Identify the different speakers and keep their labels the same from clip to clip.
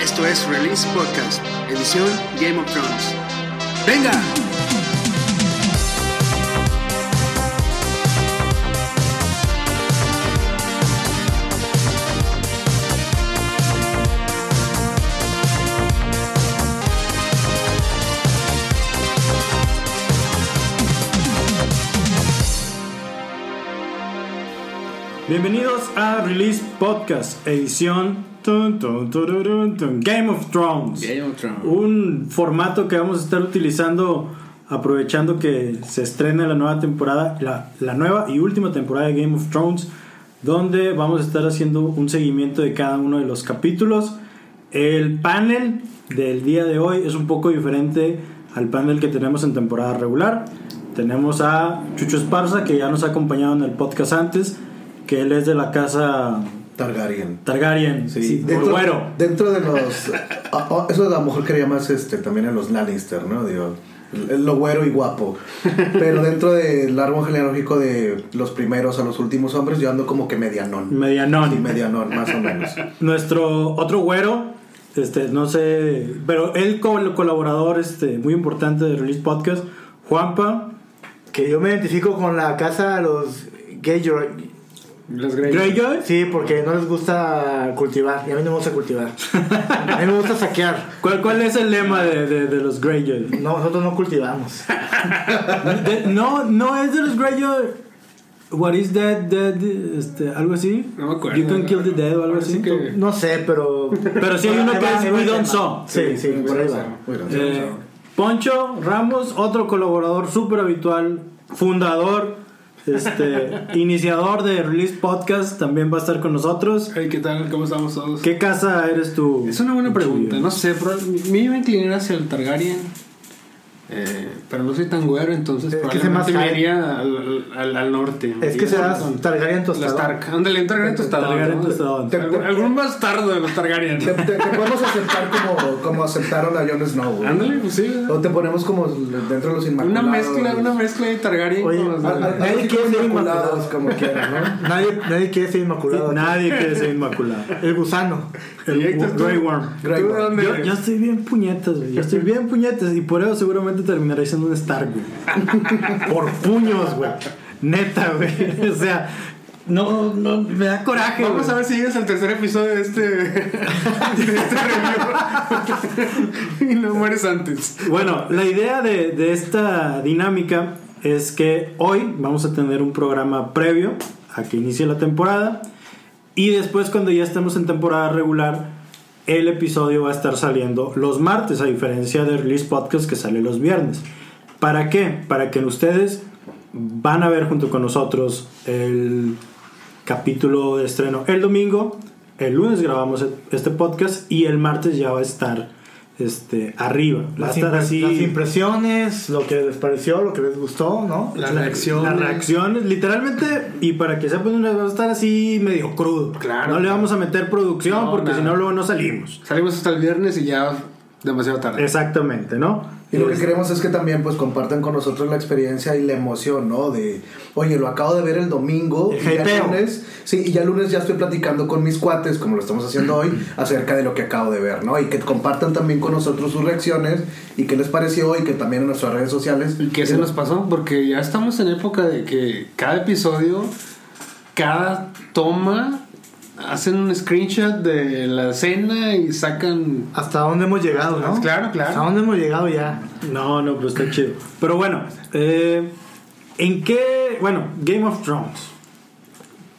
Speaker 1: Esto es Release Podcast, edición Game of Thrones. ¡Venga!
Speaker 2: Bienvenidos a Release Podcast, edición tun, tun, tururun, tun, Game of Thrones.
Speaker 1: Game of Thrones.
Speaker 2: Un formato que vamos a estar utilizando aprovechando que se estrena la nueva temporada, la, la nueva y última temporada de Game of Thrones, donde vamos a estar haciendo un seguimiento de cada uno de los capítulos. El panel del día de hoy es un poco diferente al panel que tenemos en temporada regular. Tenemos a Chucho Esparza, que ya nos ha acompañado en el podcast antes, que él es de la casa
Speaker 3: Targaryen.
Speaker 2: Targaryen,
Speaker 3: Sí,
Speaker 2: sí,
Speaker 3: dentro,
Speaker 2: Burguero.
Speaker 3: dentro de los. a- a- eso a lo mejor quería más este, también en los Lannister, ¿no? Digo, el- lo güero y guapo. Pero dentro del árbol genealógico de los primeros a los últimos hombres, yo ando como que medianón.
Speaker 2: Medianón.
Speaker 3: Sí, medianón, más o menos.
Speaker 2: Nuestro otro güero, este, no sé, pero él col- colaborador este, muy importante de Release Podcast, Juanpa
Speaker 4: Que yo me identifico con la casa de los gay
Speaker 5: Los Grey.
Speaker 2: Greyjoy.
Speaker 4: Sí, porque no les gusta cultivar. Y a mí no me gusta cultivar. A mí me gusta saquear.
Speaker 2: ¿Cuál, cuál es el lema de, de- de los Greyjoy?
Speaker 4: No, nosotros no cultivamos.
Speaker 2: De- no, no es de los Greyjoy. What is dead, dead, este, algo así.
Speaker 5: No me acuerdo.
Speaker 2: You can kill the dead o algo así.
Speaker 5: Así que-
Speaker 4: No sé, pero.
Speaker 2: Pero sí hay uno que es We Don't Saw.
Speaker 4: Sí, sí, por ahí va.
Speaker 3: Bueno,
Speaker 2: Eh, Poncho Ramos, otro colaborador súper habitual, fundador, este, iniciador de Release Podcast, también va a estar con nosotros.
Speaker 5: Hey, ¿qué tal? ¿Cómo estamos todos?
Speaker 2: ¿Qué casa eres tú?
Speaker 5: Es una buena
Speaker 2: Poncho?
Speaker 5: pregunta. No sé, pero me iba a inclinar hacia el Targaryen. eh, pero no soy tan güero, entonces
Speaker 4: Es que se
Speaker 5: probablemente
Speaker 4: me
Speaker 5: me
Speaker 4: hace-
Speaker 5: iría al, al- al norte.
Speaker 4: Es que serás
Speaker 5: Los
Speaker 4: Targaryen tostado.
Speaker 5: Stark. Ándale, un Targaryen tostado.
Speaker 2: Targaryen
Speaker 5: ¿no?
Speaker 2: tostadón.
Speaker 5: Algún, algún bastardo de los Targaryen.
Speaker 3: te, te- te podemos aceptar como, como aceptaron a Jon Snow. güey.
Speaker 5: Ándale, pues sí. ¿verdad?
Speaker 3: O te ponemos como dentro de los
Speaker 5: Una
Speaker 3: Inmaculados.
Speaker 5: mezcla, una mezcla de Targaryen
Speaker 4: Oye,
Speaker 5: con los
Speaker 3: Al- al-
Speaker 5: de-
Speaker 4: Nadie
Speaker 3: así
Speaker 4: quiere
Speaker 3: como
Speaker 4: ser
Speaker 3: Inmaculados,
Speaker 4: inmaculado.
Speaker 3: como quieran, ¿no?
Speaker 4: Nadie, nadie quiere ser inmaculado.
Speaker 2: Nadie quiere ser inmaculado.
Speaker 4: El gusano.
Speaker 2: El
Speaker 5: Directo,
Speaker 2: Wo-
Speaker 5: tú.
Speaker 2: Grey Worm.
Speaker 5: ¿Tú de dónde
Speaker 2: Yo,
Speaker 5: eres?
Speaker 2: yo estoy bien puñetas, güey. Yo estoy bien puñetas y por eso seguramente terminaré siendo un Star, güey. Por puños, güey. Neta, güey. O sea, no, no, me da coraje,
Speaker 5: Vamos
Speaker 2: güey.
Speaker 5: a ver si llegas al tercer episodio de este, de este review. y no mueres antes.
Speaker 2: Bueno, la idea de, de esta dinámica es que hoy vamos a tener un programa previo a que inicie la temporada y después cuando ya estemos en temporada regular el episodio va a estar saliendo los martes a diferencia de Release Podcast que sale los viernes. ¿Para qué? Para que ustedes van a ver junto con nosotros el capítulo de estreno el domingo, el lunes grabamos este podcast y el martes ya va a estar este arriba, va a
Speaker 4: Las,
Speaker 2: estar
Speaker 4: impre-
Speaker 2: así
Speaker 4: las impresiones, lo que les pareció, lo que les gustó, ¿no?
Speaker 5: La reacción.
Speaker 2: las reacciones, literalmente, y para que sepan, una- va a estar así medio crudo.
Speaker 5: Claro.
Speaker 2: No le vamos a meter producción
Speaker 5: No,
Speaker 2: porque
Speaker 5: nada.
Speaker 2: si no, luego no salimos.
Speaker 5: Salimos hasta el viernes y ya demasiado tarde.
Speaker 2: Exactamente, ¿no?
Speaker 3: Y lo que
Speaker 2: Es-
Speaker 3: queremos es que también pues compartan con nosotros la experiencia y la emoción, ¿no? De, oye, lo acabo de ver el domingo
Speaker 2: El
Speaker 3: y ya
Speaker 2: hypeo.
Speaker 3: lunes, sí, y ya lunes ya estoy platicando con mis cuates, como lo estamos haciendo hoy, acerca de lo que acabo de ver, ¿no? Y que compartan también con nosotros sus reacciones y qué les pareció y que también en nuestras redes sociales.
Speaker 5: ¿Y qué se nos pasó? Porque ya estamos en época de que cada episodio, cada toma, hacen un screenshot de la escena y sacan.
Speaker 4: Hasta dónde hemos llegado,
Speaker 5: Ah,
Speaker 4: ¿no?
Speaker 5: claro, claro.
Speaker 4: Hasta dónde hemos llegado ya.
Speaker 2: No, no, pero está chido. Pero bueno, eh, ¿en qué. Bueno, Game of Thrones.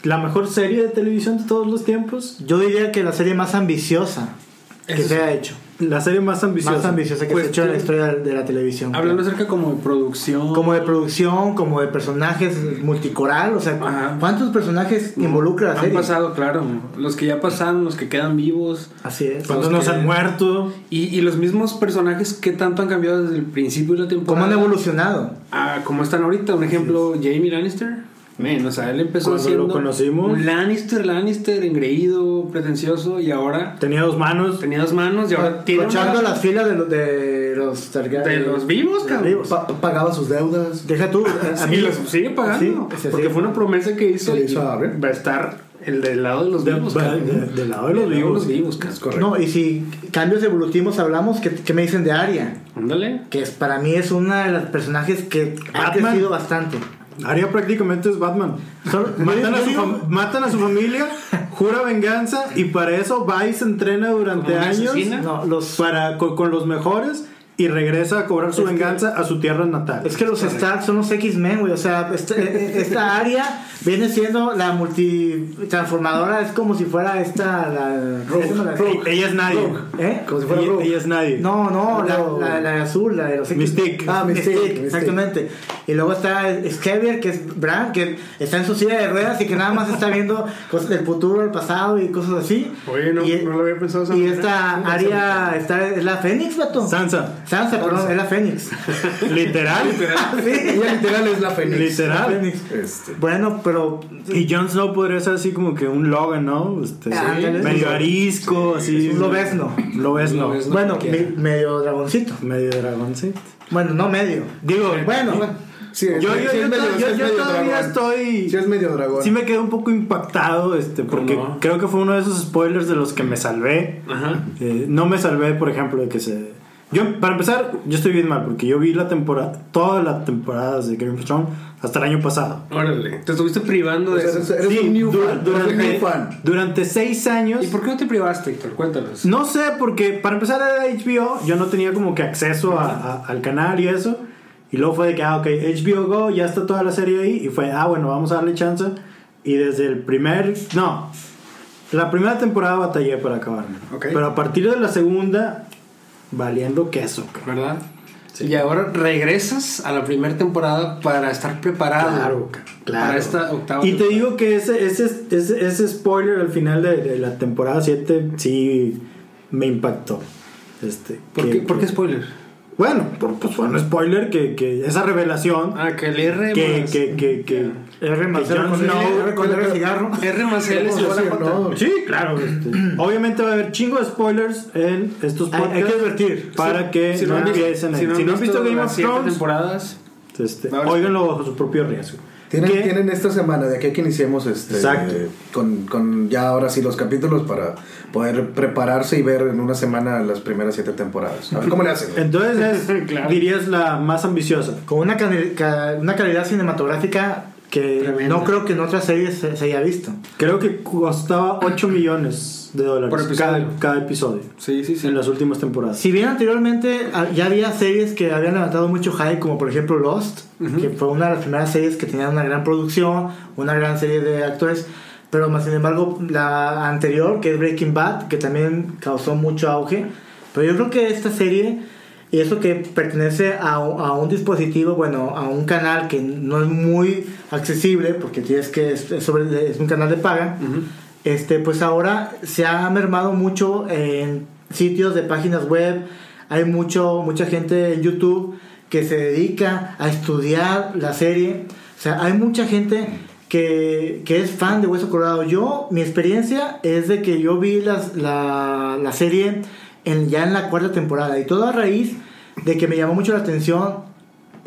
Speaker 2: La mejor serie de televisión de todos los tiempos.
Speaker 4: Yo diría que la serie más ambiciosa que
Speaker 5: Eso
Speaker 4: se
Speaker 5: sí. Pues
Speaker 4: ha hecho.
Speaker 2: La serie más ambiciosa.
Speaker 4: Más ambiciosa que se ha hecho en la historia de la televisión.
Speaker 5: Hablando acerca como de producción.
Speaker 4: Como de producción, como de personajes multicoral, o sea,
Speaker 5: Ajá.
Speaker 4: ¿cuántos personajes involucra la
Speaker 5: Han
Speaker 4: serie?
Speaker 5: pasado, claro. Los que ya pasaron, los que quedan vivos.
Speaker 4: Así es.
Speaker 2: Cuando
Speaker 5: Los
Speaker 2: nos
Speaker 5: Pues que-
Speaker 2: han muerto.
Speaker 5: Y, y los mismos personajes que tanto han cambiado desde el principio de la
Speaker 4: ¿Cómo
Speaker 5: temporada.
Speaker 4: han evolucionado?
Speaker 5: Ah, como están ahorita, un ejemplo, Jamie Lannister. Men, o sea, él empezó
Speaker 2: Cuando
Speaker 5: siendo
Speaker 2: lo conocimos.
Speaker 5: un Lannister, Lannister, engreído, pretencioso, y ahora
Speaker 2: Tenía dos manos.
Speaker 5: tenía dos manos y ahora tiene
Speaker 4: Echando
Speaker 5: una-
Speaker 4: las filas de, los- de los Targaryen.
Speaker 5: de los vivos, cabrón.
Speaker 4: vivos.
Speaker 3: Pa- pagaba sus deudas.
Speaker 4: Deja tú, a- a
Speaker 5: Sí,
Speaker 4: mí
Speaker 5: los sigue pagando.
Speaker 4: Sí, sí,
Speaker 5: porque
Speaker 4: sí.
Speaker 5: fue una promesa que hizo
Speaker 3: Que le
Speaker 5: y
Speaker 3: hizo a Abraham.
Speaker 5: va a estar El del lado de los
Speaker 2: De-
Speaker 5: vivos,
Speaker 2: de-
Speaker 5: cabrón.
Speaker 2: de- del lado de los
Speaker 5: Del
Speaker 2: vivos, sí.
Speaker 5: cabrón.
Speaker 3: Es correcto.
Speaker 4: No, y si cambios evolutivos hablamos, ¿qué, qué me dicen de Aria?
Speaker 5: Ándale.
Speaker 4: Que es, para mí es una de los personajes que ha
Speaker 2: Batman.
Speaker 4: crecido bastante.
Speaker 2: Haría prácticamente es Batman.
Speaker 4: Solo-
Speaker 2: Matan
Speaker 4: yo
Speaker 2: a, su
Speaker 4: digo-
Speaker 2: fam- matan a su familia, jura venganza y para eso va y se entrena durante
Speaker 5: ¿Como una
Speaker 2: años
Speaker 5: asesina?
Speaker 4: No, los,
Speaker 2: para, con, con los mejores y regresa a cobrar su
Speaker 4: Es que-
Speaker 2: venganza a su tierra natal.
Speaker 4: Es que los Stark son los X-Men, güey. O sea, esta, esta área viene siendo la multitransformadora. Es como si fuera esta, la. ¿cómo la-
Speaker 2: Ella- ella es nadie.
Speaker 4: ¿Eh?
Speaker 3: Como si fuera
Speaker 2: Ella,
Speaker 3: Rogue.
Speaker 2: ella es nadie.
Speaker 4: No, no, la,
Speaker 3: No.
Speaker 4: la, la azul, la de los X-Men.
Speaker 2: Mystique.
Speaker 4: Ah, Mystique,
Speaker 3: Mystique, Mystique.
Speaker 4: exactamente. Y luego está Xavier, que es Bran, que está en su silla de ruedas y que nada más está viendo cosas del futuro, el pasado y cosas así.
Speaker 5: Oye, no-
Speaker 4: y,
Speaker 5: no lo había pensado esa
Speaker 4: Y
Speaker 5: manera.
Speaker 4: esta área está, es la Fénix, vato.
Speaker 2: Sansa.
Speaker 4: Sansa, perdón, es la Fénix.
Speaker 2: Literal.
Speaker 4: sí.
Speaker 3: Ella literal es la Fénix.
Speaker 2: Literal.
Speaker 4: Fénix.
Speaker 3: Este.
Speaker 4: Bueno, pero
Speaker 2: Y Jon Snow podría ser así como que un Logan, ¿no? Este,
Speaker 4: Ándale.
Speaker 2: medio arisco, así.
Speaker 4: es un lobezno.
Speaker 2: Lobezno.
Speaker 5: Un lobezno.
Speaker 4: bueno,
Speaker 5: cualquiera.
Speaker 4: me- medio dragoncito.
Speaker 2: Medio dragón, sí.
Speaker 4: Bueno, no medio.
Speaker 2: Digo,
Speaker 4: Bueno,
Speaker 3: Sí, es-
Speaker 2: Yo,
Speaker 3: sí
Speaker 2: yo,
Speaker 3: es
Speaker 2: yo,
Speaker 3: medio-
Speaker 2: to-
Speaker 3: sí
Speaker 2: yo-
Speaker 3: es
Speaker 2: yo
Speaker 3: medio
Speaker 2: todavía
Speaker 3: dragón.
Speaker 2: estoy.
Speaker 3: Sí es medio dragón.
Speaker 2: Sí me quedé un poco impactado, este, porque
Speaker 5: no?
Speaker 2: creo que fue uno de esos spoilers de los que me salvé.
Speaker 5: Ajá.
Speaker 2: Eh, no me salvé, por ejemplo, de que se. Yo, para empezar, yo estoy bien mal, porque yo vi la temporada, todas las temporadas de Game of Thrones hasta el año pasado.
Speaker 5: Órale. Te estuviste privando
Speaker 3: O
Speaker 5: de
Speaker 3: sea,
Speaker 5: eso.
Speaker 3: eres, eres un new
Speaker 2: du-
Speaker 3: fan. Eres un
Speaker 2: durante,
Speaker 3: new fan.
Speaker 2: durante seis años.
Speaker 5: ¿Y por qué no te privaste, Héctor? Cuéntanos.
Speaker 2: No sé, porque para empezar era HBO, yo no tenía como que acceso a- a- al canal y eso. Y luego fue de que, ah, ok, HBO Go, ya está toda la serie ahí. Y fue, ah, bueno, vamos a darle chance. Y desde el primer. No, la primera temporada batallé para acabarme.
Speaker 5: Ok.
Speaker 2: Pero a partir de la segunda, valiendo queso. cabrón.
Speaker 5: ¿Verdad? Y ahora regresas a la primera temporada para estar preparado.
Speaker 2: Claro, ca- claro.
Speaker 5: Para esta octava.
Speaker 2: Y te
Speaker 5: temporada.
Speaker 2: digo que ese, ese, ese, ese spoiler al final de, de la temporada 7 sí me impactó. Este,
Speaker 5: ¿Por
Speaker 2: que-
Speaker 5: qué, por qué
Speaker 2: que-
Speaker 5: spoiler?
Speaker 2: Bueno, por- pues fue un spoiler que, que esa revelación
Speaker 5: Ah, que el R
Speaker 2: que,
Speaker 5: más...
Speaker 2: que, que, que-
Speaker 4: R más
Speaker 2: que
Speaker 4: R
Speaker 2: Jon
Speaker 4: con
Speaker 2: Snow-
Speaker 4: R con R cigarro.
Speaker 5: R más L es
Speaker 3: Sí,
Speaker 5: igual a J.
Speaker 3: ¿no?
Speaker 2: Sí, claro. este, obviamente va a haber chingo de spoilers en estos
Speaker 4: Hay- hay
Speaker 2: podcasts.
Speaker 4: que advertir.
Speaker 2: Para que
Speaker 5: Si
Speaker 2: no,
Speaker 5: han visto-
Speaker 2: empiecen ahí. Si no han visto Game
Speaker 5: las
Speaker 2: of
Speaker 5: siete
Speaker 2: Thrones,
Speaker 5: temporadas,
Speaker 2: este,
Speaker 5: Va a haber-
Speaker 2: óiganlo bajo su propio riesgo.
Speaker 3: Tienen,
Speaker 2: Que-
Speaker 3: tienen esta semana, de aquí a que iniciemos este,
Speaker 2: Exacto.
Speaker 3: con, con ya ahora sí los capítulos para poder prepararse y ver en una semana las primeras siete temporadas. A ver cómo le hacen.
Speaker 2: Entonces es,
Speaker 5: Claro.
Speaker 2: dirías, la más ambiciosa.
Speaker 4: Con una, cani- ca- una calidad cinematográfica que
Speaker 5: Tremenda.
Speaker 4: no creo que en otras series se, se haya visto.
Speaker 2: Creo que costaba 8 millones de dólares
Speaker 5: Por episodio.
Speaker 2: Cada, cada episodio
Speaker 5: sí, sí, sí.
Speaker 2: en las últimas temporadas.
Speaker 4: Si bien anteriormente ah, ya había series que habían levantado mucho hype, como por ejemplo Lost, que fue una de las primeras series que tenía una gran producción, una gran serie de actores, pero más sin embargo la anterior, que es Breaking Bad, que también causó mucho auge, pero yo creo que esta serie, y eso que pertenece a, a un dispositivo, bueno, a un canal que no es muy accesible, porque tienes que, es, es sobre- es un canal de paga, este, pues ahora se ha mermado mucho en sitios de páginas web. Hay mucho, mucha gente en YouTube que se dedica a estudiar la serie. O sea, hay mucha gente que, que es fan de Hueso Colorado. Yo, mi experiencia es de que yo vi las- la, la serie en, ya en la cuarta temporada. Y todo a raíz de que me llamó mucho la atención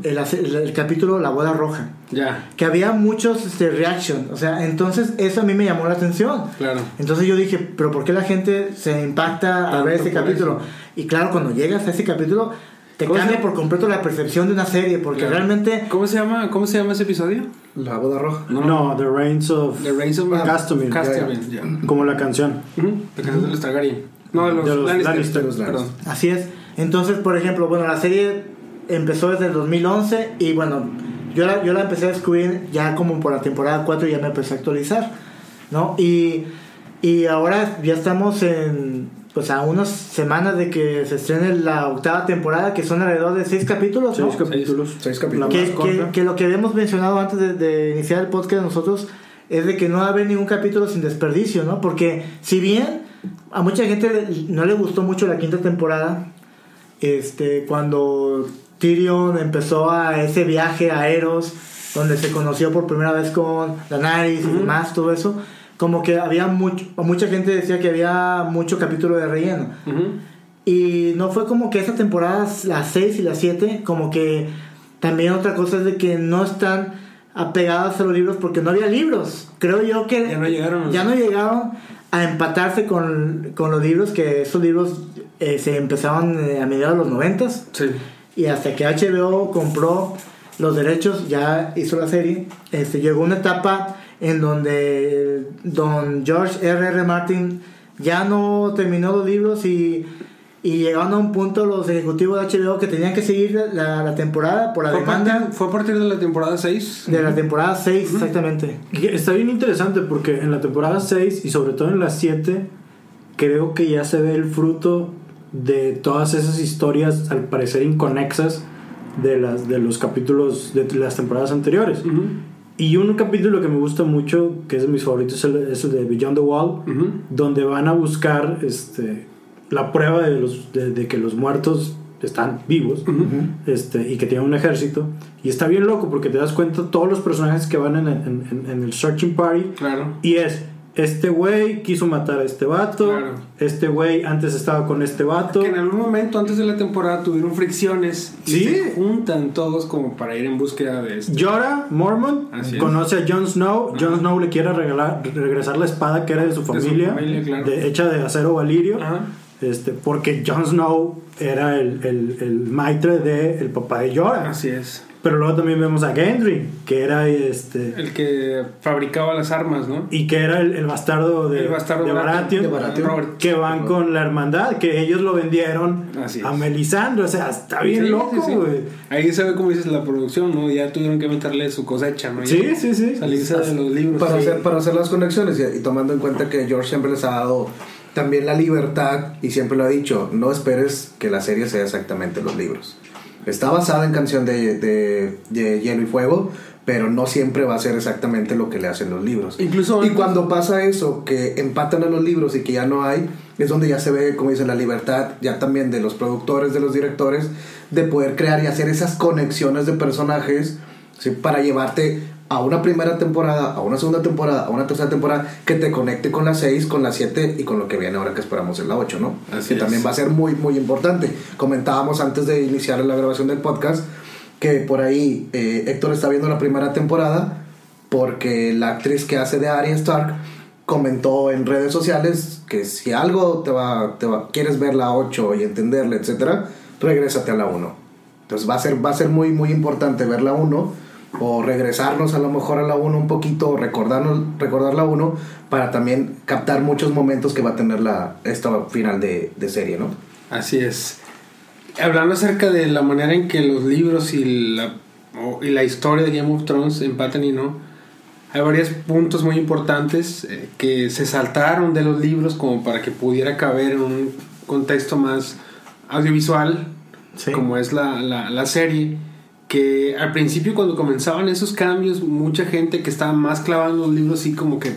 Speaker 4: el, hace- el- el capítulo La Boda Roja
Speaker 5: Ya,
Speaker 4: que había muchos este, reaction, o sea, entonces eso a mí me llamó la atención.
Speaker 5: claro.
Speaker 4: Entonces yo dije, pero ¿por qué la gente se impacta a
Speaker 5: Tanto
Speaker 4: ver ese
Speaker 5: por
Speaker 4: capítulo?
Speaker 5: eso.
Speaker 4: Y claro, cuando llegas a ese capítulo, te
Speaker 5: ¿Cómo
Speaker 4: cambia
Speaker 5: se-
Speaker 4: por completo la percepción de una serie, porque
Speaker 5: Claro.
Speaker 4: realmente
Speaker 5: ¿Cómo se llama, cómo se llama ese episodio?
Speaker 3: La boda roja.
Speaker 2: no, The Reigns of
Speaker 5: The Reigns of
Speaker 2: Castamere.
Speaker 5: Castamere, ya.
Speaker 2: Como la canción.
Speaker 5: Ujú, La canción de los Targaryen. No, de los,
Speaker 2: De los
Speaker 5: Lannister.
Speaker 2: Lannister.
Speaker 3: Los Lannister.
Speaker 5: Perdón.
Speaker 4: Así es. Entonces, por ejemplo, bueno, la serie empezó desde el 2011 y bueno, yo la, yo la empecé a descubrir ya como por la temporada 4 ya me empecé a actualizar, ¿no? Y, y ahora ya estamos en, pues a unas semanas de que se estrene la octava temporada, que son alrededor de 6 capítulos, ¿no?
Speaker 2: Seis capítulos.
Speaker 3: Seis capítulos.
Speaker 2: La más
Speaker 4: que, que,
Speaker 2: corta.
Speaker 4: que lo que habíamos mencionado antes de, de iniciar el podcast nosotros es de que no va a haber ningún capítulo sin desperdicio, ¿no? Porque si bien a mucha gente le- no le gustó mucho la quinta temporada, este, cuando Tyrion empezó a ese viaje a Eros, donde se conoció por primera vez con Daenerys y demás, todo eso, como que había mucho, mucha gente decía que había mucho capítulo de relleno.
Speaker 5: Ujú.
Speaker 4: Y no fue como que esa temporada, las 6 y las 7, como que también otra cosa es de que no están apegadas a los libros porque no había libros. Creo yo que
Speaker 5: Ya no llegaron.
Speaker 4: ya no llegaron a empatarse con, con los libros, que esos libros eh, se empezaron eh, a mediados de los noventas
Speaker 5: Sí.
Speaker 4: y hasta que HBO compró los derechos, ya hizo la serie, este, llegó una etapa en donde don George R. R. Martin ya no terminó los libros y, y llegaron a un punto los ejecutivos de HBO que tenían que seguir la, la temporada por la
Speaker 5: Fue a,
Speaker 4: demanda
Speaker 5: partir, fue a partir de la temporada 6.
Speaker 4: de la temporada 6 exactamente.
Speaker 2: Y Está bien interesante porque en la temporada 6 y sobre todo en la 7 creo que ya se ve el fruto de todas esas historias al parecer inconexas de, las, de los capítulos de las temporadas anteriores. Y un capítulo que me gusta mucho, que es de mis favoritos, es el, es el de Beyond the Wall, donde van a buscar este, la prueba de, los, de, de que los muertos están vivos este, y que tienen un ejército. Y está bien loco porque te das cuenta todos los personajes que van en, en- en- en el Searching Party.
Speaker 5: Claro.
Speaker 2: Y es, este güey quiso matar a este vato,
Speaker 5: Claro.
Speaker 2: este güey antes estaba con este vato.
Speaker 5: Que en algún momento antes de la temporada tuvieron fricciones y
Speaker 2: Sí.
Speaker 5: se juntan todos como para ir en búsqueda de esto.
Speaker 2: Llora, Mormont,
Speaker 5: Así es.
Speaker 2: conoce a Jon Snow. Jon Snow le quiere regalar, regresar la espada que era de su familia,
Speaker 5: familia, claro.
Speaker 2: de- hecha de acero valirio.
Speaker 5: Ajá.
Speaker 2: Este, porque Jon Snow era el, el, el maitre del papá de Jorah.
Speaker 5: Así es.
Speaker 2: Pero luego también vemos a Gendry, que era este.
Speaker 5: El que fabricaba las armas, ¿no?
Speaker 2: Y que era el, el bastardo de,
Speaker 5: el bastardo
Speaker 2: de Baratheon.
Speaker 3: de Baratheon.
Speaker 5: Robert.
Speaker 2: Que van con la hermandad, que ellos lo vendieron
Speaker 5: Así es.
Speaker 2: a Melisandre. O sea, está bien
Speaker 5: Sí,
Speaker 2: loco,
Speaker 5: sí, sí.
Speaker 2: güey.
Speaker 5: Ahí se ve como dices la producción, ¿no? Ya tuvieron que meterle su cosecha, ¿no? Ya
Speaker 2: Sí, sí, sí.
Speaker 5: Salirse de los libros.
Speaker 3: para,
Speaker 5: Sí.
Speaker 3: hacer, para hacer las conexiones y, y tomando en cuenta que George siempre les ha dado también la libertad y siempre lo ha dicho, no esperes que la serie sea exactamente los libros. Está basada en canción de, de- de Hielo y Fuego, pero no siempre va a ser exactamente lo que le hacen los libros.
Speaker 5: Incluso
Speaker 3: y
Speaker 5: antes-
Speaker 3: cuando pasa eso, que empatan a los libros y que ya no hay, es donde ya se ve, como dicen, la libertad ya también de los productores, de los directores, de poder crear y hacer esas conexiones de personajes ¿sí? para llevarte a una primera temporada, a una segunda temporada, a una tercera temporada que te conecte con la 6, con la 7 y con lo que viene ahora que esperamos en la 8, ¿no?
Speaker 5: Así
Speaker 3: que
Speaker 5: es.
Speaker 3: también va a ser muy, muy importante. Comentábamos antes de iniciar la grabación del podcast que por ahí eh, Héctor está viendo la primera temporada porque la actriz que hace de Arya Stark comentó en redes sociales que si algo te va, te va- quieres ver la 8 y entenderla, etcétera, regrésate a la 1. Entonces va a ser va a ser muy muy importante ver la 1 o regresarnos a lo mejor a la 1 un poquito, o recordarnos recordar la 1 para también captar muchos momentos que va a tener la esta final de, de serie, ¿no?
Speaker 5: Así es. Hablando acerca de la manera en que los libros y la, o- y la historia de Game of Thrones empatan y no, hay varios puntos muy importantes eh, que se saltaron de los libros como para que pudiera caber en un contexto más audiovisual,
Speaker 4: Sí.
Speaker 5: como es la, la- la serie, que al principio cuando comenzaban esos cambios, mucha gente que estaba más clavada en los libros, sí como que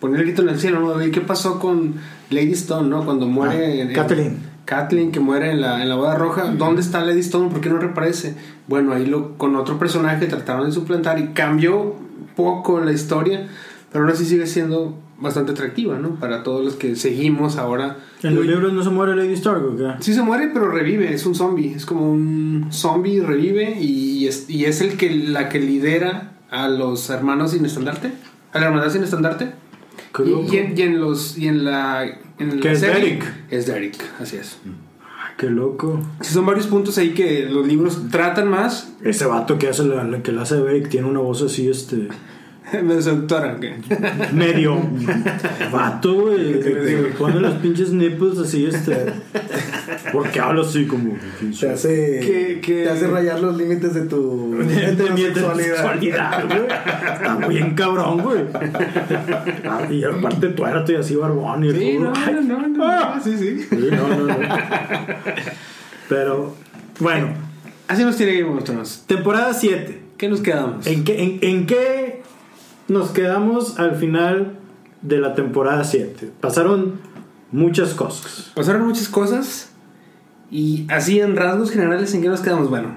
Speaker 5: poner el grito en el cielo, ¿no? Oye, ¿Qué pasó con Lady Stone, ¿no? Cuando muere...
Speaker 4: Ah,
Speaker 5: en- en-
Speaker 4: Catelyn.
Speaker 5: Kathleen que muere en la, en la boda roja, ¿dónde está Lady Stone? ¿Por qué no reaparece? Bueno, ahí lo, con otro personaje trataron de suplantar y cambió poco la historia, pero aún así sigue siendo bastante atractiva, ¿no? Para todos los que seguimos ahora.
Speaker 2: En los libros no se muere Lady Stark, ¿o qué?
Speaker 5: Sí se muere, pero revive, es un zombie, es como un zombie, revive y es, y es el que, la que lidera a los hermanos sin estandarte, a la hermandad sin estandarte.
Speaker 2: Qué
Speaker 5: Y,
Speaker 2: loco.
Speaker 5: y en, y en los, y en la... En la
Speaker 2: Que es
Speaker 5: serie,
Speaker 2: Derek.
Speaker 5: Es Derek, así es.
Speaker 2: Ay, Qué loco.
Speaker 5: Sí, son varios puntos ahí que los libros tratan más.
Speaker 2: Ese vato que hace la, la que la hace Beric tiene una voz así, este.
Speaker 5: Me seductora, ¿qué?
Speaker 2: medio. vato, güey.
Speaker 5: te
Speaker 2: que
Speaker 5: digo?
Speaker 2: se Pone los pinches nipples así, este. Porque habla así como.
Speaker 3: Te hace
Speaker 5: Que- que-
Speaker 3: te hace rayar los límites de tu
Speaker 2: De
Speaker 3: de tu
Speaker 2: mi
Speaker 3: sexualidad.
Speaker 2: heterosexualidad, güey. Está bien cabrón, güey. Ah, Y aparte tuerto y así barbón y el
Speaker 5: Sí,
Speaker 2: culo.
Speaker 5: no,
Speaker 2: Ay,
Speaker 5: no, no, no,
Speaker 2: ah.
Speaker 5: sí, sí.
Speaker 2: Sí, no, no, no. Pero, bueno,
Speaker 5: Así nos tiene Game of Thrones.
Speaker 2: temporada 7.
Speaker 5: ¿Qué nos quedamos?
Speaker 2: ¿En qué, en, en qué nos quedamos al final de la temporada 7? Pasaron muchas cosas.
Speaker 5: Pasaron muchas cosas y así en rasgos generales, ¿en qué nos quedamos? Bueno,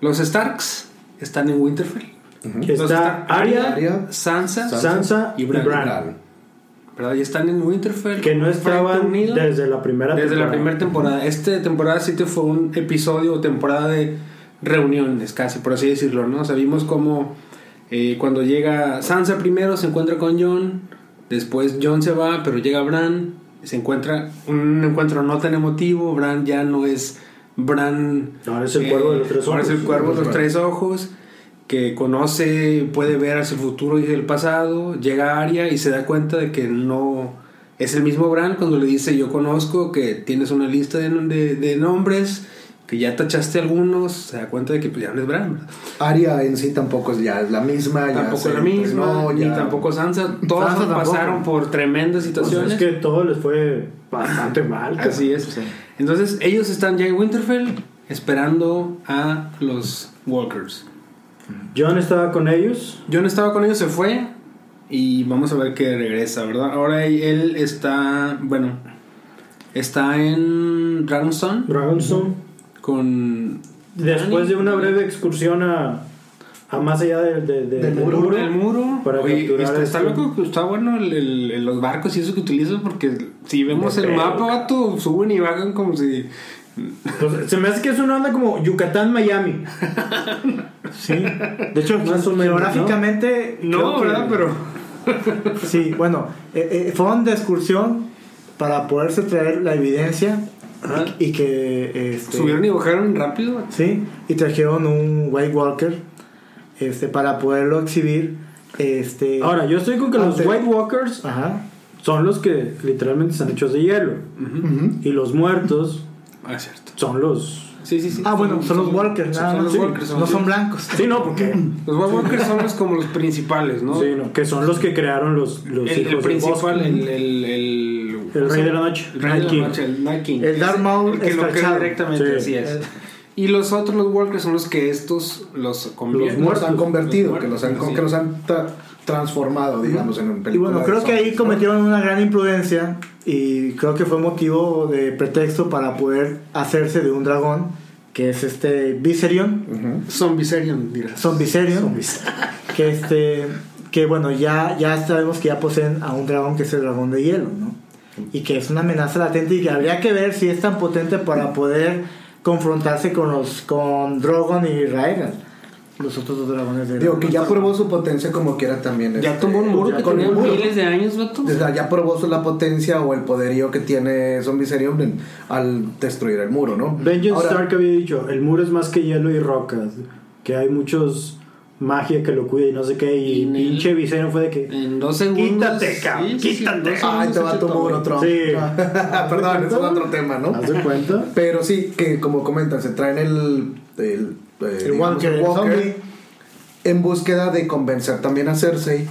Speaker 5: los Starks están en Winterfell. Los
Speaker 2: Está
Speaker 5: Stark-
Speaker 2: Arya,
Speaker 3: Arya,
Speaker 5: Sansa,
Speaker 2: Sansa y Bran.
Speaker 3: Bran.
Speaker 5: ¿verdad? Y están en Winterfell.
Speaker 2: que no estaban
Speaker 5: Reino Unido.
Speaker 2: desde la primera
Speaker 5: Desde la
Speaker 2: temporada.
Speaker 5: primera temporada. Esta temporada 7 fue un episodio o temporada de reuniones, casi, por así decirlo, ¿no? Sabimos cómo Eh, cuando llega Sansa primero, se encuentra con John. Después John se va, pero llega Bran. Se encuentra un encuentro no tan emotivo. Bran ya no es Bran.
Speaker 2: Ahora es el cuervo de los tres
Speaker 5: Ahora es el
Speaker 2: ojos.
Speaker 5: cuervo de los tres ojos. Que conoce, puede ver hacia el futuro y el pasado. Llega Arya y se da cuenta de que no. Es el mismo Bran cuando le dice: Yo conozco que tienes una lista de, de- de nombres, que ya tachaste algunos. Se da cuenta de que pues, ya no es Bran.
Speaker 2: Ah,
Speaker 5: ¿verdad?
Speaker 3: Aria en sí tampoco es ya es la misma. ya
Speaker 5: tampoco
Speaker 3: se
Speaker 5: la misma,
Speaker 3: entrenó,
Speaker 2: pues,
Speaker 5: ni
Speaker 3: ya-
Speaker 5: tampoco Sansa. Todos
Speaker 4: Sansa tampoco.
Speaker 5: pasaron por tremendas
Speaker 2: O sea,
Speaker 5: situaciones.
Speaker 2: Pues, es que todo les fue bastante mal. cabrón.
Speaker 5: Así es. Entonces, ellos están ya en Winterfell esperando a los Walkers.
Speaker 2: John estaba con ellos.
Speaker 5: John estaba con ellos, se fue. Y vamos a ver que regresa, ¿verdad? Ahora él está, bueno, está en Dragonstone
Speaker 2: Dragonstone.
Speaker 5: con
Speaker 2: Después de una breve excursión a, a más allá de- de- de- del
Speaker 3: Del muro.
Speaker 2: muro.
Speaker 5: el muro.
Speaker 2: Para
Speaker 5: Oye,
Speaker 2: capturar
Speaker 5: está,
Speaker 2: a
Speaker 5: está
Speaker 2: este-
Speaker 5: loco, está bueno el- el- el- los barcos y eso que utilizan porque si vemos el
Speaker 2: creo,
Speaker 5: mapa, vato, suben y bajan como si...
Speaker 2: Pues, se me hace que es una onda como Yucatán, Miami.
Speaker 4: Sí. De hecho,
Speaker 2: Más o menos,
Speaker 4: geográficamente. creo
Speaker 5: No,
Speaker 4: que-
Speaker 5: ¿verdad? Pero...
Speaker 4: Sí, bueno, eh, eh, fueron de excursión para poderse traer la evidencia
Speaker 5: Ajá.
Speaker 4: y, y que. este,
Speaker 5: Subieron y bajaron rápido.
Speaker 4: Sí, y trajeron un White Walker este, para poderlo exhibir. Este,
Speaker 2: Ahora, yo estoy con que los
Speaker 4: Ante-
Speaker 2: White Walkers
Speaker 4: Ajá.
Speaker 2: son los que literalmente están hechos de hielo.
Speaker 3: Ujú.
Speaker 2: Y los muertos
Speaker 5: Ah, cierto.
Speaker 2: son los.
Speaker 5: Sí, sí, sí.
Speaker 4: Ah, bueno, son los Walkers,
Speaker 5: Son,
Speaker 4: nada
Speaker 5: son
Speaker 4: más.
Speaker 5: los
Speaker 4: Sí,
Speaker 5: Walkers.
Speaker 4: no son
Speaker 5: sí.
Speaker 4: blancos.
Speaker 2: Sí, no, porque.
Speaker 5: Los White Walkers son los como los principales, ¿no?
Speaker 2: sí, no, que son los que crearon los, los
Speaker 5: El, el
Speaker 2: hijos del
Speaker 5: principal,
Speaker 2: bosque.
Speaker 5: el, el, el,
Speaker 2: El rey de la noche.
Speaker 5: El rey de
Speaker 2: Night
Speaker 5: la
Speaker 2: King.
Speaker 5: noche, el Night King.
Speaker 4: El Darth Maul
Speaker 5: El que lo crea
Speaker 4: escarchado.
Speaker 5: directamente,
Speaker 2: Sí.
Speaker 5: así es. Y los otros, los Walkers, son los que estos los convierten.
Speaker 3: Los han convertido,
Speaker 5: Los
Speaker 3: que los han,
Speaker 5: muertos,
Speaker 3: que los han tra- transformado, digamos, en un
Speaker 4: Y
Speaker 3: película.
Speaker 4: bueno,
Speaker 3: de
Speaker 4: creo que ahí
Speaker 3: zombies, ¿no?
Speaker 4: cometieron una gran imprudencia y creo que fue motivo de pretexto para poder hacerse de un dragón, que es este Viserion,
Speaker 3: Ujú.
Speaker 5: sí. Son Viserion, dirás.
Speaker 4: son Viserion, que este que bueno, ya ya sabemos que ya poseen a un dragón que es el dragón de hielo, ¿no? Y que es una amenaza latente y que habría que ver si es tan potente para poder confrontarse con los con Drogon y Raegal, los otros dos dragones de
Speaker 3: Digo que ya probó su potencia como quiera también.
Speaker 5: Ya
Speaker 3: este,
Speaker 5: tomó un muro
Speaker 3: ya
Speaker 5: que
Speaker 3: con
Speaker 5: tenía
Speaker 3: el muro.
Speaker 5: miles de años, vato.
Speaker 3: O sea, ya probó su- la potencia o el poderío que tiene Zombie Serium en- al destruir el muro, ¿no?
Speaker 2: Benjamin
Speaker 3: Ahora,
Speaker 2: Stark había dicho: el muro es más que hielo y rocas. Que hay muchos magia que lo cuida y no sé qué. Y,
Speaker 5: Y Nel-
Speaker 2: pinche Viserion fue de que.
Speaker 5: En dos segundos.
Speaker 2: Quítate, cabrón,
Speaker 5: sí, sí, en
Speaker 2: quítate.
Speaker 5: dos segundos
Speaker 3: Ay, te va a
Speaker 5: hecho
Speaker 3: tomar
Speaker 5: todo.
Speaker 3: otro Trump.
Speaker 2: Sí.
Speaker 3: Perdón, es otro tema, ¿no?
Speaker 2: ¿Haz de cuenta?
Speaker 3: Pero sí, que como comentan, se traen el. El, eh, digamos,
Speaker 4: Walker,
Speaker 3: el
Speaker 4: el zombie.
Speaker 3: en búsqueda de convencer también a Cersei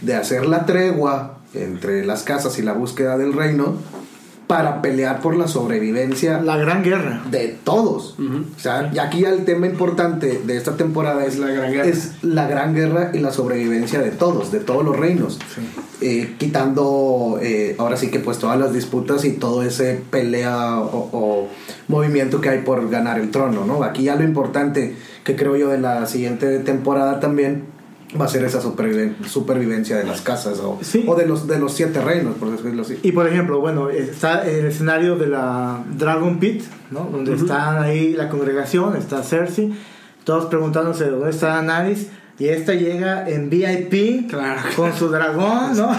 Speaker 3: de hacer la tregua entre las casas y la búsqueda del reino para pelear por la sobrevivencia
Speaker 4: la gran guerra.
Speaker 3: de todos. O sea, y aquí el tema importante de esta temporada es
Speaker 5: La Gran Guerra.
Speaker 3: es la gran guerra y la sobrevivencia de todos, de todos los reinos. Eh, quitando eh, ahora sí que pues todas las disputas y todo ese pelea o, o movimiento que hay por ganar el trono, ¿no? Aquí ya lo importante que creo yo de la siguiente temporada también va a ser esa superviven- supervivencia de las casas o,
Speaker 4: Sí.
Speaker 3: o de los de los siete reinos, por decirlo así.
Speaker 4: Y por ejemplo, bueno, está el escenario de la Dragon Pit, ¿no? Donde están ahí la congregación, está Cersei, todos preguntándose dónde está Daenerys y esta llega en VIP
Speaker 5: Claro.
Speaker 4: con su dragón, ¿no?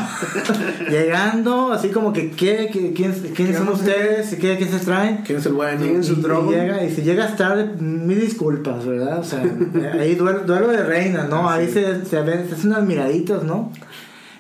Speaker 4: Llegando, así como que ¿qué, qué, quién, quiénes son ustedes, ¿Qué, qué se traen.
Speaker 3: ¿Quién es el bueno?
Speaker 4: Y, y llega, y si llegas tarde, mil disculpas, ¿verdad? O sea, ahí duelo, duelo de reina, ¿no? Ahí se, se ven, se hacen unas miraditas, ¿no?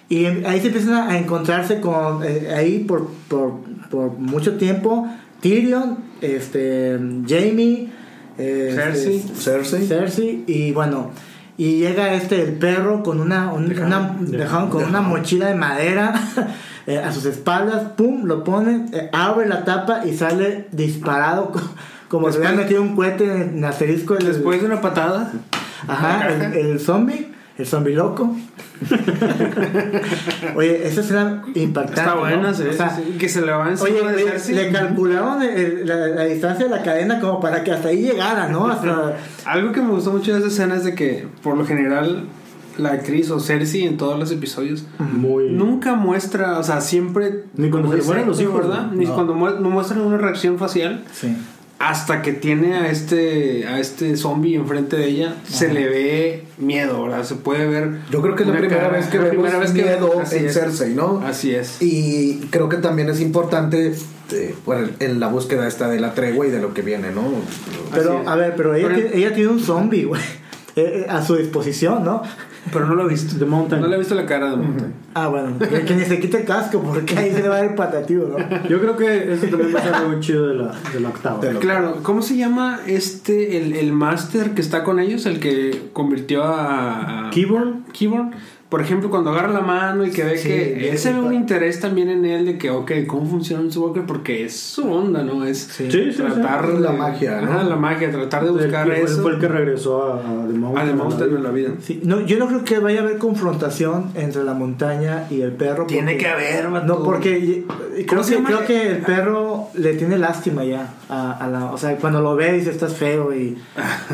Speaker 4: Y en- ahí se empiezan a a encontrarse con, eh, ahí por, por, por mucho tiempo, Tyrion, este, Jamie,
Speaker 5: Cersei.
Speaker 3: Cersei.
Speaker 4: Cersei, y bueno, y llega este, el perro con una, un- una, dejaron con una mochila de madera. eh, a sus espaldas, pum, lo pone, eh, abre la tapa y sale disparado co- como si
Speaker 5: Después-
Speaker 4: hubiera metido un cohete en el asterisco. del-
Speaker 5: Después de una patada.
Speaker 4: Ajá, el, el zombie, el zombie loco. oye, esa escena impactante.
Speaker 5: Está buena,
Speaker 4: ¿no?
Speaker 5: sí,
Speaker 4: O sea,
Speaker 5: sí, sí. Que se le va encima
Speaker 4: Oye,
Speaker 5: de
Speaker 4: le,
Speaker 5: Cersei.
Speaker 4: le calcularon el- la, la distancia de la cadena como para que hasta ahí llegara, ¿no? Hasta,
Speaker 5: Algo que me gustó mucho de esa escena es de que, por lo general, la actriz o Cersei en todos los episodios
Speaker 2: Muy.
Speaker 5: nunca muestra, o sea, siempre.
Speaker 2: Ni cuando se
Speaker 5: dice,
Speaker 2: mueren los hijos,
Speaker 5: ¿verdad?
Speaker 2: ¿no?
Speaker 5: Ni
Speaker 4: No.
Speaker 5: cuando mu- no muestran una reacción facial.
Speaker 4: sí.
Speaker 5: hasta que tiene a este a este zombie enfrente de ella se le ve miedo ¿verdad? se puede ver
Speaker 3: Yo creo que es la
Speaker 5: una
Speaker 3: primera
Speaker 5: cara-
Speaker 3: vez que
Speaker 5: la
Speaker 3: vemos
Speaker 5: primera vez que
Speaker 3: miedo
Speaker 5: vemos- así
Speaker 3: en
Speaker 5: es.
Speaker 3: Cersei, ¿no?
Speaker 5: así es
Speaker 3: Y creo que también es importante eh, bueno, en la búsqueda esta de la tregua y de lo que viene, ¿no?
Speaker 4: Pero,
Speaker 5: Así es.
Speaker 4: a ver, pero ella,
Speaker 5: Pero-
Speaker 4: tiene, ella tiene un zombie, güey. eh, eh, A su disposición, ¿no?
Speaker 5: pero no lo he visto
Speaker 2: The Mountain.
Speaker 5: no le he visto la cara de Mountain
Speaker 4: Ah, bueno. Que, que ni se quite el casco, porque ahí se le va a ir patativo, ¿no?
Speaker 2: Yo creo que eso también va a ser algo chido de la, de la octava.
Speaker 3: De la-
Speaker 5: Claro, ¿cómo se llama este, el, el máster que está con ellos, el que convirtió a... a-
Speaker 2: Keyboard.
Speaker 5: Keyboard? Por ejemplo, cuando agarra la mano y que ve
Speaker 4: Sí,
Speaker 5: que
Speaker 4: bien,
Speaker 5: ese ve
Speaker 4: bien.
Speaker 5: un interés también en él de que, ok, ¿cómo funciona un Walker? Porque es su onda, ¿no? Es
Speaker 4: Sí.
Speaker 2: Sí, sí, sí.
Speaker 5: tratar
Speaker 3: Es
Speaker 5: de...
Speaker 3: la magia, ¿no?
Speaker 5: Ajá, la magia, tratar de
Speaker 2: El
Speaker 5: buscar
Speaker 2: Keyboard
Speaker 5: eso.
Speaker 2: Fue el que regresó a, a The Mountain.
Speaker 5: Ah, de Mountain en la vida.
Speaker 4: Sí, no, yo no creo que vaya a haber confrontación entre la montaña y el perro.
Speaker 5: Tiene que haber, vato.
Speaker 4: No, porque y- y creo
Speaker 5: ¿Cómo se
Speaker 4: que,
Speaker 5: llama?
Speaker 4: creo que el perro le tiene lástima ya. A, a la, o sea, cuando lo ve dice, estás feo y,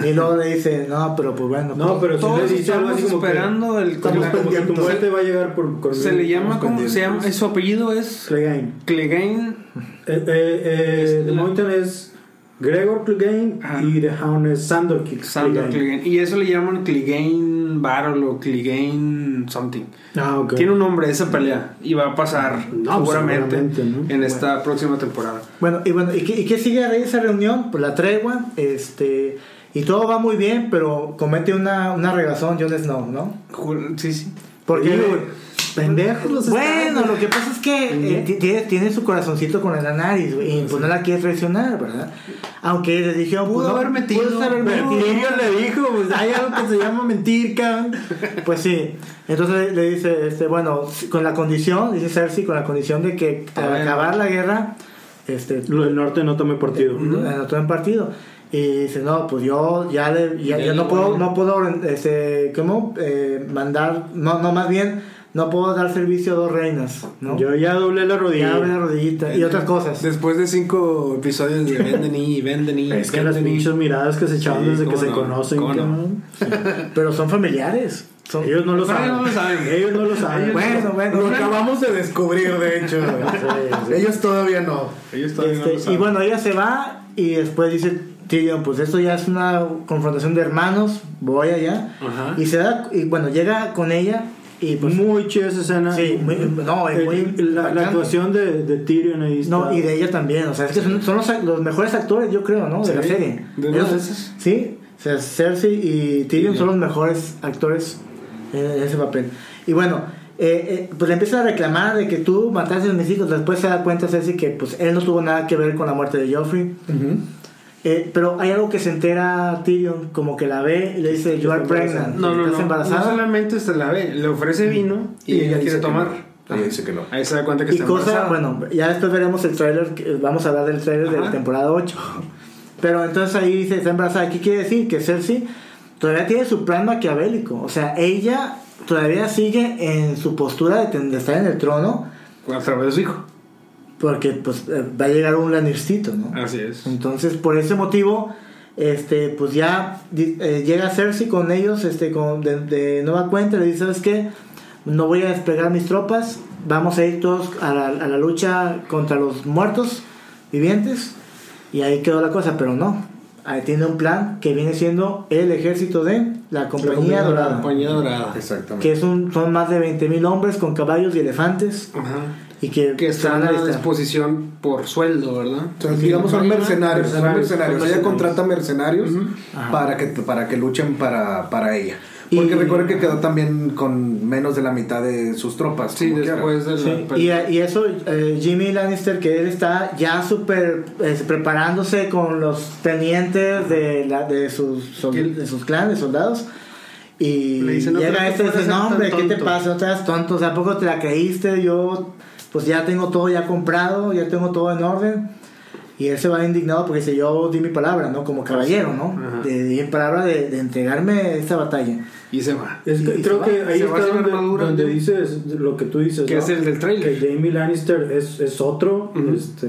Speaker 4: y luego le dice, no, pero pues bueno.
Speaker 2: No, pero si le
Speaker 5: Todos
Speaker 2: dice algo
Speaker 5: estamos
Speaker 2: así como
Speaker 5: esperando
Speaker 2: que,
Speaker 5: el...
Speaker 2: Estamos
Speaker 5: la-
Speaker 2: como que tu
Speaker 4: pendientes.
Speaker 2: muerte va a llegar por... por
Speaker 5: se le llama, ¿cómo se llama?
Speaker 3: Pues pendientes.
Speaker 5: Su apellido es...
Speaker 2: Clegane.
Speaker 5: Clegane...
Speaker 2: Eh, eh, eh, The Mountain es Gregor Clegane
Speaker 5: Ajá.
Speaker 2: y The Hound es Sandor Clegane.
Speaker 5: Sandor Clegane. Y eso le llaman Clegane Barrel o Clegane something.
Speaker 2: Ah, ok.
Speaker 5: Tiene un nombre esa pelea y va a pasar
Speaker 2: No, pues
Speaker 5: seguramente,
Speaker 2: seguramente, ¿no?
Speaker 5: en esta próxima temporada.
Speaker 4: Bueno, y bueno, ¿y qué, y qué sigue de esa reunión? Pues la tregua, este, y todo va muy bien, pero comete una, una regazón Jon Snow, ¿no?
Speaker 5: Ju- Sí, sí.
Speaker 4: Porque
Speaker 2: Digo, pendejos los
Speaker 4: Bueno,
Speaker 2: están,
Speaker 4: lo que pasa es que eh, ti- tiene, tiene su corazoncito con la nariz, güey, y pues no la quiere traicionar, ¿verdad? Aunque le dijeron,
Speaker 5: Pudo
Speaker 4: pues, no,
Speaker 5: haber metido,
Speaker 4: puedes haber
Speaker 2: Pero
Speaker 4: metido.
Speaker 2: Tyrion le dijo, pues hay algo que se llama mentir, cabrón.
Speaker 4: Pues sí. Entonces le dice, este, bueno, con la condición, dice Cersei, con la condición de que
Speaker 5: A
Speaker 2: Ah,
Speaker 4: al
Speaker 5: ver.
Speaker 4: acabar la guerra, este,
Speaker 2: Lo del norte no tome partido.
Speaker 4: anotó en partido. Y dice, no, pues yo ya, le, ya,
Speaker 5: Ya
Speaker 4: yo
Speaker 5: le
Speaker 4: no puedo,
Speaker 5: voy.
Speaker 4: no puedo, orden- este, ¿cómo? Eh, mandar, no, no, más bien, no puedo dar servicio a dos reinas, ¿no?
Speaker 2: Yo ya doblé la
Speaker 4: ya
Speaker 2: rodilla.
Speaker 4: abre la rodillita y otras cosas.
Speaker 5: Después de cinco episodios de Vendeny, Vendeny,
Speaker 2: Es que las pinches miradas que se echaban
Speaker 5: Sí,
Speaker 2: desde que
Speaker 5: cómo
Speaker 2: se
Speaker 5: no,
Speaker 2: conocen,
Speaker 5: cómo no.
Speaker 2: cabrón.
Speaker 4: Pero son familiares. Son,
Speaker 2: Ellos no lo
Speaker 5: Pero
Speaker 2: saben.
Speaker 5: ellos no lo saben.
Speaker 2: Ellos no lo saben.
Speaker 4: bueno, bueno.
Speaker 3: Lo acabamos de descubrir, de hecho.
Speaker 2: sí.
Speaker 3: Ellos todavía no.
Speaker 4: Este, y bueno, ella se va y después dice Tyrion, pues esto ya es una confrontación de hermanos, voy allá.
Speaker 5: Ajá.
Speaker 4: Y se da, y bueno, llega con ella y pues...
Speaker 2: Muy chida esa escena.
Speaker 4: Sí, muy- no, es
Speaker 2: El-
Speaker 4: muy
Speaker 2: la, la
Speaker 4: bacán.
Speaker 2: actuación de, de Tyrion ahí. está.
Speaker 4: No, y de ella también, o sea, es que son, son los, los mejores actores, yo creo, ¿no? De la
Speaker 5: Sí,
Speaker 4: serie.
Speaker 5: de
Speaker 4: Ellos-
Speaker 5: todas esas.
Speaker 4: Sí, o sea, Cersei y Tyrion son los mejores actores en, en ese papel. Y bueno, eh, eh, pues le empieza a reclamar de que tú mataste a mis hijos, después se da cuenta Cersei que pues él no tuvo nada que ver con la muerte de Joffrey. Eh, pero hay algo que se entera Tyrion, como que la ve y le dice, You are pregnant,
Speaker 5: No, no,
Speaker 4: estás
Speaker 5: no.
Speaker 4: embarazada.
Speaker 5: No solamente se la ve, le ofrece vino y, ella
Speaker 3: dice
Speaker 5: quiere
Speaker 3: que
Speaker 5: tomar.
Speaker 3: no. Ella dice que no.
Speaker 5: Ahí se da cuenta que
Speaker 4: Y
Speaker 5: está
Speaker 4: cosa,
Speaker 5: embarazada.
Speaker 4: bueno, ya después veremos el trailer, vamos a hablar del trailer de la
Speaker 5: Ajá.
Speaker 4: temporada 8. Pero entonces ahí dice, está embarazada. ¿Qué quiere decir? Que Cersei todavía tiene su plan maquiavélico. O sea, ella todavía sigue en su postura de, ten- de estar en el trono,
Speaker 5: A través de su hijo.
Speaker 4: porque pues eh, va a llegar un lanircito, ¿no?
Speaker 5: Así es.
Speaker 4: Entonces, por ese motivo, este, pues ya di- eh, llega Cersei con ellos, este, con, de, de nueva cuenta, le dice, ¿sabes qué? No voy a desplegar mis tropas, vamos a ir todos a la, a la lucha contra los muertos vivientes. Y ahí quedó la cosa, pero no. Ahí tiene un plan que viene siendo el ejército de la Compañía,
Speaker 2: Compañía
Speaker 4: Dorada,
Speaker 5: Compañía dorada.
Speaker 3: Exactamente.
Speaker 4: que es un, son más de 20.000 hombres con caballos y elefantes
Speaker 5: Ajá.
Speaker 4: y que,
Speaker 5: que
Speaker 4: se
Speaker 5: están
Speaker 4: van a
Speaker 5: a
Speaker 4: alistar.
Speaker 5: disposición por sueldo, ¿verdad?
Speaker 3: Entonces, digamos son mercenarios, son
Speaker 5: Mercenarios.
Speaker 3: mercenarios. Ella contrata mercenarios
Speaker 4: Ajá.
Speaker 3: para que para que luchen para, para ella.
Speaker 4: Y-
Speaker 3: Porque recuerden que quedó también con menos de la mitad de sus tropas.
Speaker 5: Sí,
Speaker 3: como quiera.
Speaker 5: después de la
Speaker 4: Sí, y,
Speaker 5: pelea.
Speaker 4: y eso, eh, Jimmy Lannister, que él está ya súper eh, preparándose con los tenientes de, la, de, sus, sol-
Speaker 5: Que-
Speaker 4: de sus clanes, soldados. Y
Speaker 5: Le dice, "No creo
Speaker 4: llega
Speaker 5: que
Speaker 4: este y dice,
Speaker 5: fueras
Speaker 4: no
Speaker 5: tan
Speaker 4: hombre, ¿qué te
Speaker 5: tonto".
Speaker 4: pasa? No te hagas tonto, o sea, ¿a poco te la creíste? Yo pues ya tengo todo ya comprado, ya tengo todo en orden. Y él se va indignado porque dice, yo di mi palabra, ¿no? Como caballero, ¿no?
Speaker 5: Ajá.
Speaker 4: De, di mi palabra de, de entregarme esta batalla.
Speaker 5: y se va.
Speaker 2: Es que
Speaker 4: Y- y
Speaker 2: creo
Speaker 4: se va-
Speaker 2: que ahí
Speaker 5: se va
Speaker 2: está
Speaker 5: sin
Speaker 2: donde,
Speaker 5: armadura,
Speaker 2: donde
Speaker 5: ¿no?
Speaker 2: dices lo que tú dices.
Speaker 5: Que
Speaker 2: ¿no?
Speaker 5: es el del trailer.
Speaker 2: Que Jamie Lannister es, es otro.
Speaker 5: Ujú.
Speaker 2: este,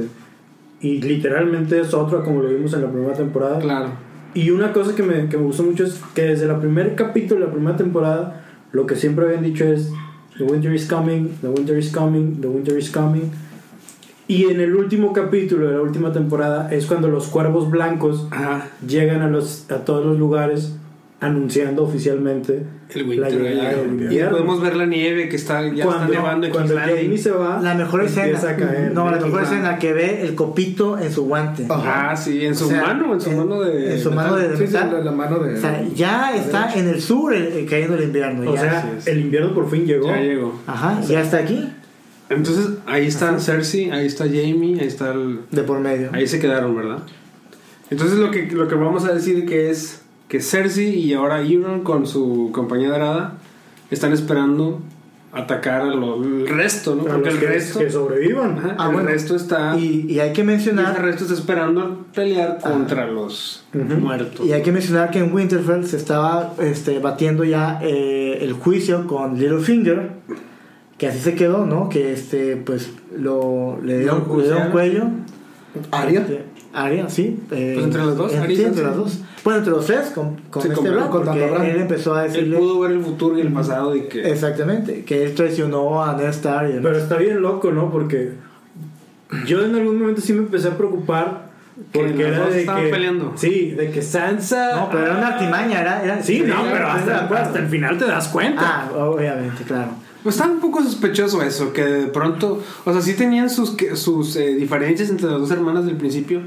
Speaker 2: y literalmente es otro, como lo vimos en la primera temporada.
Speaker 5: Claro.
Speaker 2: Y una cosa que me, que me gustó mucho es que desde el primer capítulo de la primera temporada, lo que siempre habían dicho es: The winter is coming, the winter is coming, the winter is coming. Y en el último capítulo de la última temporada es cuando los cuervos blancos
Speaker 5: Ajá.
Speaker 2: llegan a, los, a todos los lugares anunciando oficialmente
Speaker 5: El
Speaker 2: la
Speaker 5: Winter
Speaker 2: llegada del
Speaker 5: Island. Y
Speaker 2: invierno.
Speaker 5: podemos ver la nieve que está, ya está
Speaker 2: cuando
Speaker 5: nevando en
Speaker 2: cuando
Speaker 5: King's Landing.
Speaker 2: Jamie se va,
Speaker 4: La mejor
Speaker 2: empieza
Speaker 4: escena.
Speaker 2: a caer.
Speaker 4: no, la
Speaker 2: nieve.
Speaker 4: mejor
Speaker 5: Ajá.
Speaker 4: escena que ve el copito en su guante.
Speaker 5: Ah, sí, en su mano, en su mano de.
Speaker 4: en su mano de
Speaker 3: Sí, sí,
Speaker 4: metal.
Speaker 3: la, la mano de.
Speaker 4: O sea, ya está en el sur el- el cayendo el invierno.
Speaker 2: O
Speaker 4: ya.
Speaker 2: sea, el invierno por fin llegó.
Speaker 5: Ya llegó.
Speaker 4: Ajá, ya está aquí,
Speaker 5: Entonces, ahí está Cersei, ahí está Jamie, ahí está el.
Speaker 4: de por medio.
Speaker 5: Ahí se quedaron, ¿verdad? Entonces lo que, lo que vamos a decir que es que Cersei y ahora Euron con su compañía dorada están esperando atacar al resto, ¿no?
Speaker 2: Para
Speaker 5: Porque
Speaker 2: los
Speaker 5: el
Speaker 2: que,
Speaker 5: resto,
Speaker 2: que sobrevivan.
Speaker 5: ajá,
Speaker 4: Ah,
Speaker 5: el
Speaker 4: bueno.
Speaker 5: resto está y,
Speaker 4: Y, y hay que
Speaker 5: el
Speaker 4: mencionar
Speaker 5: resto está esperando pelear contra los muertos.
Speaker 4: y hay que mencionar que en Winterfell se estaba este, batiendo ya eh, el juicio con Littlefinger, que así se quedó, ¿no? Que este pues lo le dio, le dio
Speaker 5: Lo
Speaker 4: un
Speaker 5: pusieron.
Speaker 4: cuello.
Speaker 3: Aria.
Speaker 4: Este, Arya, sí. eh,
Speaker 5: Pues entre los dos,
Speaker 4: en-
Speaker 5: Arya y
Speaker 4: sí, entre
Speaker 5: Sansa.
Speaker 4: los dos. Bueno, entre los tres, con, con
Speaker 5: Sí,
Speaker 4: este
Speaker 5: con Bran,
Speaker 4: Bran,
Speaker 3: con
Speaker 4: porque
Speaker 3: tanto Bran.
Speaker 4: él empezó a
Speaker 5: Él
Speaker 4: decirle
Speaker 5: pudo ver el futuro y el pasado y que
Speaker 4: exactamente que él traicionó a Ned Stark y demás.
Speaker 2: Pero está bien loco, ¿no? Porque yo en algún momento sí me empecé a preocupar porque
Speaker 5: Que los
Speaker 2: era
Speaker 5: dos
Speaker 2: de
Speaker 5: estaban
Speaker 2: que
Speaker 5: peleando.
Speaker 2: sí, de que Sansa
Speaker 4: No, pero era una artimaña, era, era-
Speaker 2: Sí, no,
Speaker 4: era-
Speaker 2: pero
Speaker 4: era-
Speaker 2: hasta, hasta el final te das cuenta.
Speaker 4: Ah, obviamente, claro.
Speaker 5: Pues estaba un poco sospechoso eso, que de pronto, o sea, sí tenían sus, que- sus eh, diferencias entre las dos hermanas del principio,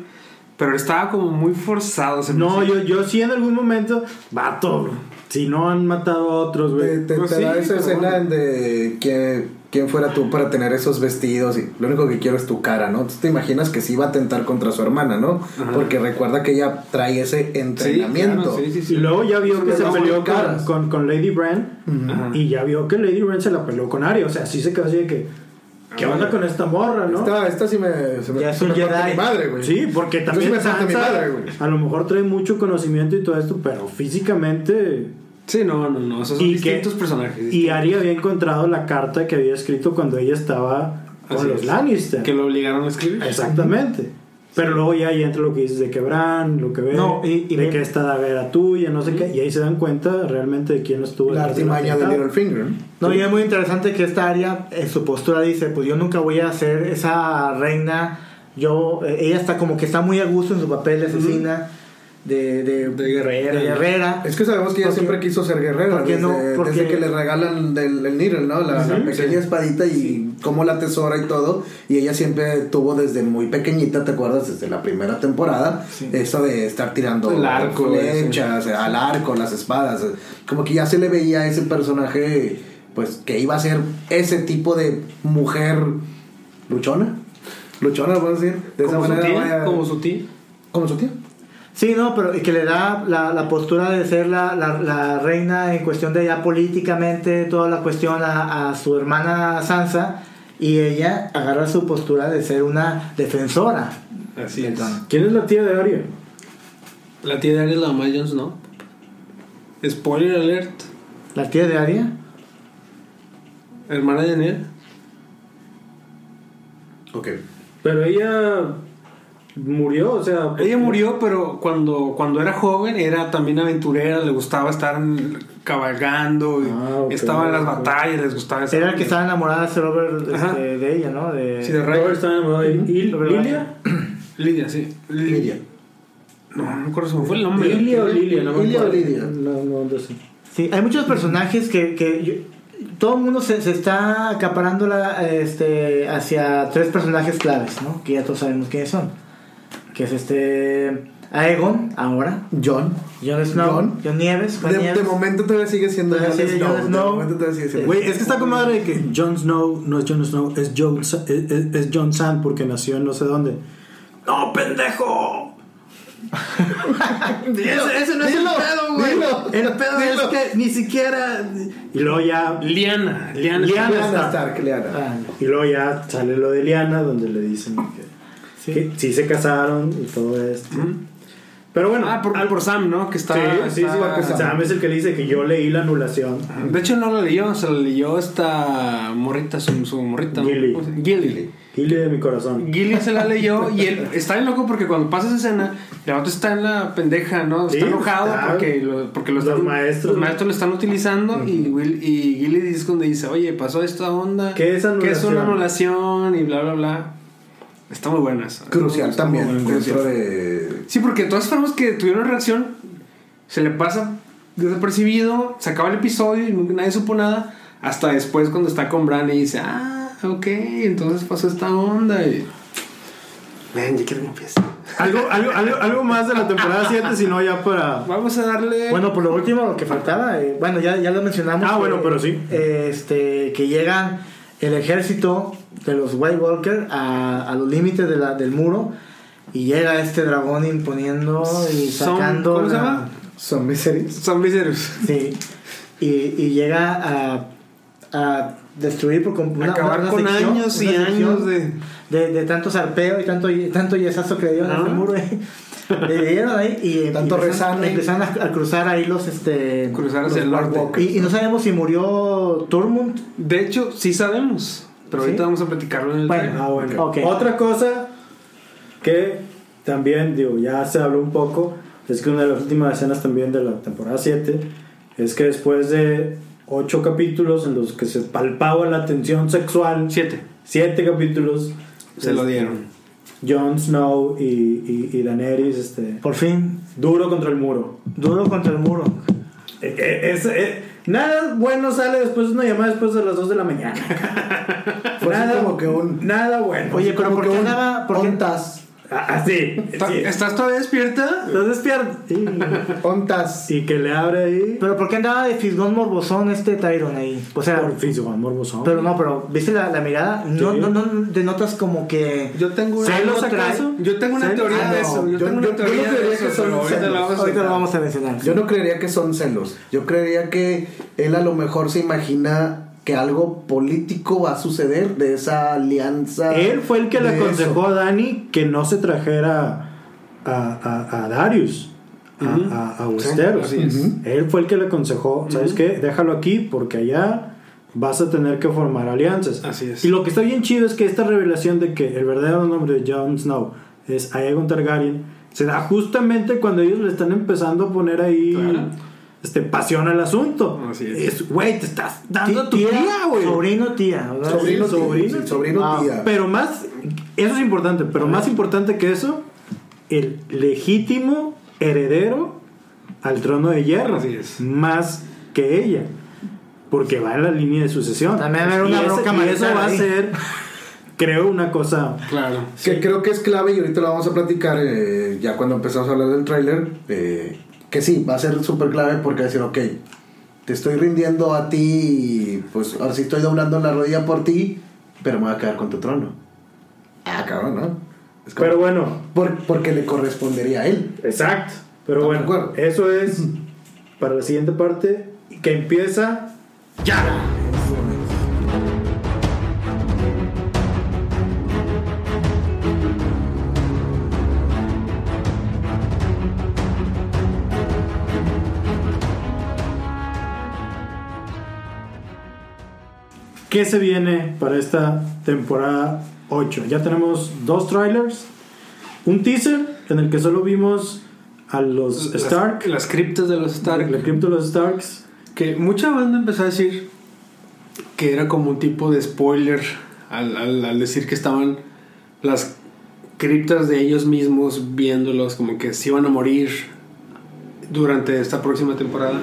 Speaker 5: pero estaba como muy forzado. se me
Speaker 2: no,
Speaker 5: hizo.
Speaker 2: yo, yo sí en algún momento, vato, si no han matado a otros,
Speaker 3: Te,
Speaker 2: güey.
Speaker 3: te-
Speaker 5: Pues
Speaker 3: te
Speaker 5: sí,
Speaker 3: da esa
Speaker 5: pero
Speaker 3: escena
Speaker 5: bueno.
Speaker 3: de que, quién fuera tú para tener esos vestidos y lo único que quiero es tu cara, ¿no? Tú te imaginas que sí va a tentar contra su hermana, ¿no? Porque recuerda que ella trae ese
Speaker 5: Sí,
Speaker 3: entrenamiento.
Speaker 5: claro, sí, sí, sí.
Speaker 2: Y luego ya vio
Speaker 3: Pues
Speaker 2: que
Speaker 3: que
Speaker 2: se
Speaker 3: no,
Speaker 2: peleó con,
Speaker 3: caras.
Speaker 2: con, con Lady Brand
Speaker 5: Ajá.
Speaker 2: y ya vio que Lady Brand se la peleó con Arya. O sea, sí se quedó así de que, ¿qué onda con esta morra, no?
Speaker 3: Esta, esta sí me, se me,
Speaker 4: Ya es
Speaker 3: se
Speaker 4: un
Speaker 3: me parte
Speaker 4: Jedi.
Speaker 3: mi madre, güey.
Speaker 2: Sí, porque
Speaker 3: Esto
Speaker 2: también
Speaker 3: sí me parte mi
Speaker 2: Sansa
Speaker 3: madre, güey.
Speaker 2: a lo mejor trae mucho conocimiento y todo esto, pero físicamente...
Speaker 5: Sí, no, no, no, o sea, son
Speaker 2: Y que-
Speaker 5: distintos personajes.
Speaker 2: Y Arya había encontrado la carta que había escrito cuando ella estaba con
Speaker 5: Así
Speaker 2: los
Speaker 5: es.
Speaker 2: Lannister.
Speaker 5: que lo obligaron a escribir.
Speaker 2: Exactamente. Pero luego ya ahí entra lo que dices de que Bran, lo que ve,
Speaker 4: No, y- y
Speaker 2: de
Speaker 4: bien-
Speaker 2: que esta daguera tuya, no sé qué, y ahí se dan cuenta realmente de quién estuvo
Speaker 4: pues,
Speaker 3: La
Speaker 2: detrás del
Speaker 3: artimaña de
Speaker 2: atentado.
Speaker 3: Littlefinger. ¿no?
Speaker 4: No, y es muy interesante que esta área, en su postura, dice: Pues yo nunca voy a ser esa reina. Yo, eh, ella está como que está muy a gusto en su papel de asesina, de, de,
Speaker 5: De guerrera.
Speaker 4: de guerrera.
Speaker 3: Es que sabemos que ella
Speaker 4: Porque-
Speaker 3: siempre quiso ser guerrera.
Speaker 4: porque
Speaker 3: desde,
Speaker 4: no, porque-
Speaker 3: desde que le regalan del, el Needle, ¿no? La, la pequeña espadita y cómo la tesora y todo. Y ella siempre tuvo desde muy pequeñita, ¿te acuerdas? Desde la primera temporada, eso de estar tirando
Speaker 5: El arco,
Speaker 3: flechas, al arco, las espadas. Como que ya se le veía a ese personaje, pues que iba a ser ese tipo de mujer luchona. Luchona, vamos a decir. De esa
Speaker 5: Como su,
Speaker 3: manera
Speaker 5: tía,
Speaker 3: vaya-
Speaker 5: como su tía.
Speaker 3: como su tía.
Speaker 4: Sí, no, pero que le da la, la postura de ser la, la- la reina en cuestión de ya políticamente, toda la cuestión a, a su hermana Sansa, y ella agarra su postura de ser una defensora.
Speaker 5: Así es.
Speaker 2: ¿Quién es la tía de Arya?
Speaker 5: La tía de Ares, la mamá de Jones, ¿no? Spoiler alert.
Speaker 4: La tía de Arya.
Speaker 5: Hermana de Ned.
Speaker 3: Ok.
Speaker 2: Pero ella murió, o sea...
Speaker 5: Ella murió, pero cuando, cuando era joven era también aventurera, le gustaba estar cabalgando, y
Speaker 2: Ah, ok.
Speaker 5: estaba en las batallas, les gustaba estar-
Speaker 4: Era el que estaba enamorada de Robert este,
Speaker 5: Ajá.
Speaker 4: de ella, ¿no? De,
Speaker 5: Sí, de Rhaegar.
Speaker 2: Robert está enamorado de ¿Y
Speaker 4: Sobre la-
Speaker 2: Lilia.
Speaker 5: Lidia, sí.
Speaker 3: Lidia.
Speaker 5: No, no me acuerdo si me fue el nombre.
Speaker 2: Lilia o Lilia, no me
Speaker 3: Lilia o
Speaker 2: acuerdo.
Speaker 3: Lidia.
Speaker 2: No, no, no sé.
Speaker 4: Sí, hay muchos personajes que, que yo- todo el mundo se, se está acaparando la, este, hacia tres personajes claves, ¿no? Que ya todos sabemos quiénes son. Que es este Aegon, ahora.
Speaker 3: John.
Speaker 4: Jon Snow.
Speaker 3: Jon.
Speaker 4: John, Nieves. Juan
Speaker 3: De,
Speaker 4: Nieves.
Speaker 3: de momento todavía sigue siendo
Speaker 4: Todavía
Speaker 3: Jon
Speaker 4: sigue
Speaker 3: Snow.
Speaker 4: Jon
Speaker 3: De
Speaker 4: Snow.
Speaker 3: momento todavía sigue siendo.
Speaker 2: Güey, es que está con madre de que Jon Snow no es Jon Snow, es Jon, Sa- es, es- es Jon Sand porque nació en no sé dónde. ¡No, pendejo! ese, ese no es
Speaker 3: dilo,
Speaker 2: el pedo, güey.
Speaker 3: dilo,
Speaker 2: el pedo
Speaker 3: dilo.
Speaker 2: es que ni siquiera. Y luego ya.
Speaker 5: Liana, Liana.
Speaker 2: Liana
Speaker 3: Lyanna
Speaker 2: Stark.
Speaker 3: Stark, Lyanna.
Speaker 4: Ah,
Speaker 2: Y luego ya sale lo de Liana, donde le dicen que
Speaker 4: sí.
Speaker 2: que sí se casaron y todo esto. Pero bueno,
Speaker 5: Ah, por,
Speaker 2: al-
Speaker 5: por Sam, ¿no? Que está.
Speaker 2: sí, sí, sí,
Speaker 5: está-
Speaker 2: porque Sam es el que le dice que yo leí la anulación.
Speaker 5: De hecho, no la leyó, se la leyó esta morrita, su, su morrita. ¿no?
Speaker 2: Gilly.
Speaker 5: ¿Cómo se llama? Gilly.
Speaker 2: Gilly de mi corazón.
Speaker 5: Gilly se la leyó y él está bien loco porque cuando pasa esa escena, la otra está en la pendeja, ¿no? Está
Speaker 2: Sí,
Speaker 5: enojado
Speaker 2: está.
Speaker 5: porque, lo, porque lo
Speaker 2: Los
Speaker 5: están-
Speaker 2: maestros.
Speaker 5: los maestros lo están utilizando y, Will, y Gilly dice cuando dice, oye, pasó esta onda.
Speaker 2: ¿Qué es
Speaker 5: ¿Qué es una
Speaker 2: anulación?
Speaker 5: anulación? Y bla, bla, bla. Está muy buena esa.
Speaker 3: Crucial
Speaker 5: Está
Speaker 3: también.
Speaker 5: muy buena,
Speaker 3: dentro
Speaker 5: crucial.
Speaker 3: de.
Speaker 5: Sí, porque de todas formas que tuvieron reacción, se le pasa desapercibido, se acaba el episodio y nunca- nadie supo nada. Hasta después cuando está con Bran y dice, ah, ok, entonces pasó esta onda. Y... Man, ya quiero que empiece.
Speaker 2: Algo, algo, algo, algo más de la temporada 7, si no ya para...
Speaker 5: Vamos a darle...
Speaker 4: Bueno, por lo último, lo que faltaba, eh, bueno, ya, ya lo mencionamos.
Speaker 2: Ah,
Speaker 4: que,
Speaker 2: bueno, pero sí.
Speaker 4: Este, que llegan el ejército de los White Walker a, a los límites de la- del muro y llega este dragón imponiendo y
Speaker 5: Son-
Speaker 4: sacando.
Speaker 5: ¿cómo se
Speaker 4: la-
Speaker 5: llama?
Speaker 3: Son miseries.
Speaker 5: San Viserys.
Speaker 4: Sí. Y, y llega a, a destruir por completo.
Speaker 5: Acabar con años y años de...
Speaker 4: de, de tanto zarpeo y tanto, tanto yesazo que le dieron
Speaker 5: Ah.
Speaker 4: al muro. eh. Le dieron ahí y
Speaker 3: Tanto
Speaker 4: empezaron,
Speaker 3: rezando.
Speaker 4: empezaron a, a cruzar ahí los este
Speaker 5: Cruzar hacia
Speaker 4: los
Speaker 5: el norte.
Speaker 4: Walkers. Y, y no sabemos si murió Turmund.
Speaker 5: De hecho, sí sabemos. Pero
Speaker 4: ¿Sí?
Speaker 5: ahorita vamos a platicarlo en el
Speaker 4: Bueno,
Speaker 5: trailer.
Speaker 2: Ah, bueno.
Speaker 4: Ok.
Speaker 2: Otra cosa que también, digo, ya se habló un poco, es que una de las últimas escenas también de la temporada 7 es que después de ocho capítulos en los que se palpaba la tensión sexual,
Speaker 5: Siete.
Speaker 2: siete capítulos,
Speaker 5: Se lo dieron.
Speaker 2: Jon Snow y, y, y Daenerys, este,
Speaker 4: Por fin,
Speaker 2: duro contra el muro.
Speaker 4: duro contra el muro.
Speaker 2: Eh, eh, es- eh, nada bueno sale después de una llamada después de las 2 de la mañana.
Speaker 3: Fue así como que un.
Speaker 2: Nada bueno.
Speaker 4: Oye, pero
Speaker 3: como
Speaker 4: ¿por
Speaker 3: que
Speaker 4: qué
Speaker 3: un
Speaker 4: andaba- por qué-
Speaker 3: Ontas.
Speaker 2: Ah, Así.
Speaker 5: ¿Está-
Speaker 2: sí.
Speaker 5: ¿Estás todavía despierta?
Speaker 2: Los despierta. Sí.
Speaker 3: Ontas.
Speaker 2: Y que le abre ahí.
Speaker 4: Pero ¿por qué andaba de fisgón morbosón este Tyron ahí? O sea,
Speaker 2: Por fin, su amor bozón.
Speaker 4: pero no, pero ¿viste la, la mirada? No,
Speaker 2: Sí.
Speaker 4: no, no, denotas como que.
Speaker 5: Yo tengo una,
Speaker 4: ¿Celos
Speaker 5: algo trae-
Speaker 4: acaso?
Speaker 5: Yo tengo una
Speaker 4: ¿Celos?
Speaker 5: teoría
Speaker 4: Ah,
Speaker 5: de
Speaker 4: no.
Speaker 5: eso. Yo,
Speaker 3: Yo-
Speaker 5: tengo
Speaker 3: yo-
Speaker 5: una
Speaker 3: yo no
Speaker 5: teoría de
Speaker 3: creería
Speaker 5: eso,
Speaker 3: que son
Speaker 5: pero ahorita
Speaker 3: celos.
Speaker 5: la vamos a
Speaker 4: Ahorita lo
Speaker 5: sacar.
Speaker 4: vamos a mencionar.
Speaker 3: Yo no creería que son celos. Yo creería que él a lo mejor se imagina que algo político va a suceder de esa alianza.
Speaker 2: Él fue el que le
Speaker 3: de eso.
Speaker 2: aconsejó a Dani que no se trajera a, a, a Darius. A,
Speaker 5: Ujú.
Speaker 2: a- a Westeros.
Speaker 5: Sí, así es.
Speaker 2: Ujú. Él fue el que le aconsejó, ¿sabes
Speaker 5: Ujú.
Speaker 2: qué? Déjalo aquí porque allá vas a tener que formar alianzas.
Speaker 5: Así es.
Speaker 2: Y lo que está bien chido es que esta revelación de que el verdadero nombre de Jon Snow es Aegon Targaryen se da justamente cuando ellos le están empezando a poner ahí
Speaker 5: Claro.
Speaker 2: este, pasión al asunto.
Speaker 5: Así es.
Speaker 2: Es, Güey, te estás dando
Speaker 4: Ti-
Speaker 2: a tu tía, güey.
Speaker 4: Sobrino, tía. ¿verdad?
Speaker 3: Sobrino,
Speaker 2: Sí,
Speaker 3: tía,
Speaker 2: sobrino,
Speaker 3: sí, sobrino
Speaker 4: Ah,
Speaker 3: tía.
Speaker 2: Pero más, eso es importante, pero más importante que eso, el legítimo heredero al trono de hierro.
Speaker 5: Así es.
Speaker 2: Más que ella. Porque va en la línea de sucesión.
Speaker 4: También va a haber una
Speaker 2: y ese-
Speaker 4: bronca
Speaker 2: y eso
Speaker 4: marital
Speaker 2: va a
Speaker 4: ahí.
Speaker 2: ser, creo, una cosa.
Speaker 5: Claro.
Speaker 3: Que creo que es clave y ahorita lo vamos a platicar eh, ya cuando empezamos a hablar del tráiler. eh, que sí, va a ser súper clave porque va a decir, ok, te estoy rindiendo a ti y pues ahora sí estoy doblando la rodilla por ti, pero me voy a quedar con tu trono. Ah, cabrón, ¿no? Es como-
Speaker 2: Pero bueno,
Speaker 3: por- porque le correspondería a él.
Speaker 2: exacto. Pero
Speaker 3: Ah, de
Speaker 2: bueno,
Speaker 3: acuerdo.
Speaker 2: eso es para la siguiente parte que empieza. ¿Qué se viene para esta temporada 8? Ya tenemos dos trailers, un teaser en el que solo vimos a los
Speaker 5: Las-
Speaker 2: Stark,
Speaker 5: Las, criptas de los Stark.
Speaker 2: la cripta de los Starks.
Speaker 5: Que mucha banda empezó a decir que era como un tipo de spoiler al, al- al decir que estaban las criptas de ellos mismos viéndolos como que se iban a morir durante esta próxima temporada.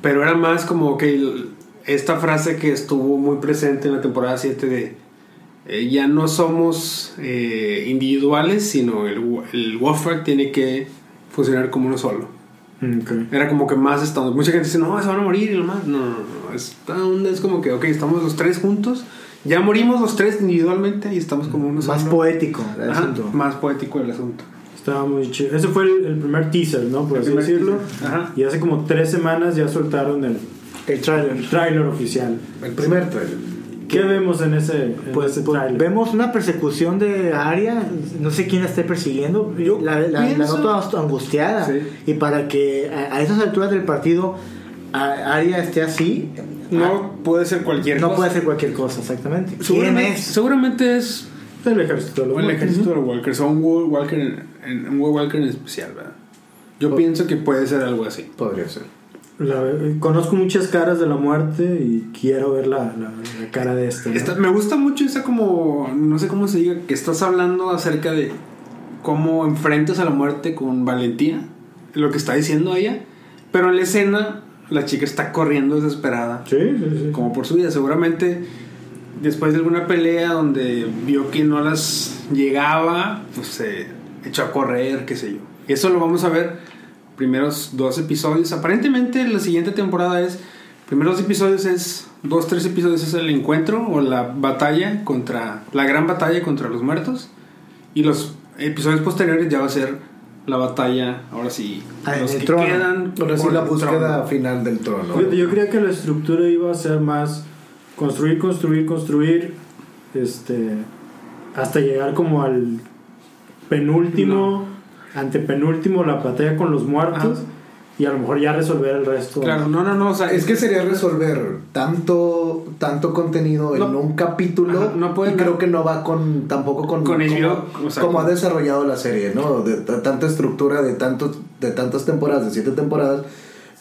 Speaker 5: Pero era más como que el- esta frase que estuvo muy presente en la temporada 7 de eh, ya no somos eh, individuales, sino el, wo- el Wolfpack tiene que funcionar como uno solo.
Speaker 2: Mm,
Speaker 5: Era como que más estamos. Mucha gente dice, no, se van a morir y lo más. No, no, no. Esta onda es como que, ok, estamos los tres juntos. Ya morimos los tres individualmente y estamos como unos.
Speaker 4: Más
Speaker 5: solo.
Speaker 4: poético el
Speaker 5: Ajá,
Speaker 4: asunto. Ah.
Speaker 5: Más poético el asunto.
Speaker 2: Estaba muy chido. Ese fue el, el primer teaser, ¿no? Por
Speaker 5: El
Speaker 2: así
Speaker 5: primer
Speaker 2: decirlo.
Speaker 5: teaser. Ajá.
Speaker 2: Y hace como tres semanas ya soltaron el,
Speaker 4: El trailer.
Speaker 2: el tráiler oficial.
Speaker 3: El primer trailer.
Speaker 2: ¿Qué vemos en ese, en
Speaker 4: Pues,
Speaker 2: ese
Speaker 4: pues,
Speaker 2: tráiler?
Speaker 4: vemos una persecución de Arya, no sé quién la esté persiguiendo,
Speaker 5: Yo
Speaker 4: la, la- la
Speaker 5: pienso-
Speaker 4: noto angust- angustiada.
Speaker 5: Sí.
Speaker 4: Y para que a, a esas alturas del partido a- Arya esté así, ah,
Speaker 5: No puede ser cualquier
Speaker 4: no
Speaker 5: cosa.
Speaker 4: puede ser cualquier cosa, exactamente. ¿Quién
Speaker 5: Seguramente
Speaker 4: es?
Speaker 5: seguramente es
Speaker 2: el ejército. de los
Speaker 5: o el
Speaker 2: muertos.
Speaker 5: ejército de los Walkers o un World Walker
Speaker 4: Oh.
Speaker 5: en, en- un World Walker en especial, ¿verdad? Yo pienso que puede ser algo así.
Speaker 3: Podría ser.
Speaker 2: La- conozco muchas caras de la muerte y quiero ver la, la- la cara de este. ¿no?
Speaker 5: Está- me gusta mucho esa como, no sé cómo se diga, que estás hablando acerca de cómo enfrentas a la muerte con valentía, lo que está diciendo ella, pero en la escena la chica está corriendo desesperada,
Speaker 2: Sí, sí, sí.
Speaker 5: como por su vida, seguramente después de alguna pelea donde vio que no las llegaba, pues se echó a correr, qué sé yo. Eso lo vamos a ver primeros dos episodios. Aparentemente la siguiente temporada es primeros dos episodios es dos tres episodios es el encuentro o la batalla contra la gran batalla contra los muertos y los episodios posteriores ya va a ser la batalla ahora sí
Speaker 4: Ah, en
Speaker 5: los
Speaker 4: el trono.
Speaker 3: Ahora sí,
Speaker 5: por
Speaker 3: la
Speaker 5: el
Speaker 3: búsqueda
Speaker 5: trono.
Speaker 3: final del trono.
Speaker 2: Fíjate, yo creía que la estructura iba a ser más construir, construir, construir, este, hasta llegar como al penúltimo, antepenúltimo, la batalla con los muertos
Speaker 5: Ajá.
Speaker 2: y a lo mejor ya resolver el resto.
Speaker 5: Claro, no, no, no, o sea,
Speaker 3: Es que sería resolver tanto, tanto contenido en
Speaker 5: No.
Speaker 3: un capítulo.
Speaker 5: Ajá, no pueden-
Speaker 3: y creo que no va con tampoco con,
Speaker 5: Con el
Speaker 3: como,
Speaker 5: guión, o sea,
Speaker 3: como ha
Speaker 5: con-
Speaker 3: desarrollado la serie, ¿no? De, t- tanta estructura, de tantos, de tantas temporadas, de siete temporadas,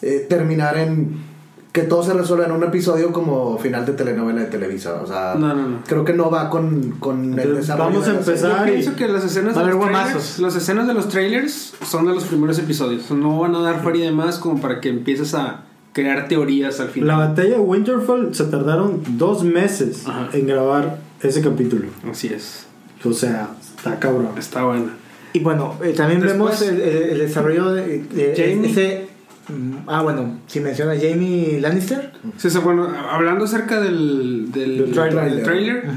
Speaker 3: eh, terminar en que todo se resuelva en un episodio como final de telenovela de Televisa. O sea,
Speaker 5: No, no, no.
Speaker 3: creo que no va con, con el
Speaker 2: Entonces,
Speaker 3: desarrollo.
Speaker 2: vamos a
Speaker 3: de la serie.
Speaker 2: empezar.
Speaker 5: Yo
Speaker 2: Ay.
Speaker 5: pienso que las escenas,
Speaker 4: Va a
Speaker 5: de los
Speaker 4: haber
Speaker 5: trailers,
Speaker 4: guamazos.
Speaker 5: las escenas de los trailers son de los primeros episodios. No van a dar feria de más como para que empieces a crear teorías al
Speaker 2: La
Speaker 5: final.
Speaker 2: batalla de Winterfell se tardaron dos meses
Speaker 5: Ajá.
Speaker 2: en grabar ese capítulo.
Speaker 5: Así es.
Speaker 2: O sea, está cabrón.
Speaker 5: Está buena.
Speaker 4: Y bueno, eh, también
Speaker 5: Después-
Speaker 4: vemos el, el- el desarrollo de, de
Speaker 5: Jaime.
Speaker 4: ese- mm, Ah, bueno, si menciona Jamie Lannister.
Speaker 5: Sí, sí, bueno, hablando acerca del, del,
Speaker 2: Del trailer.
Speaker 5: del trailer,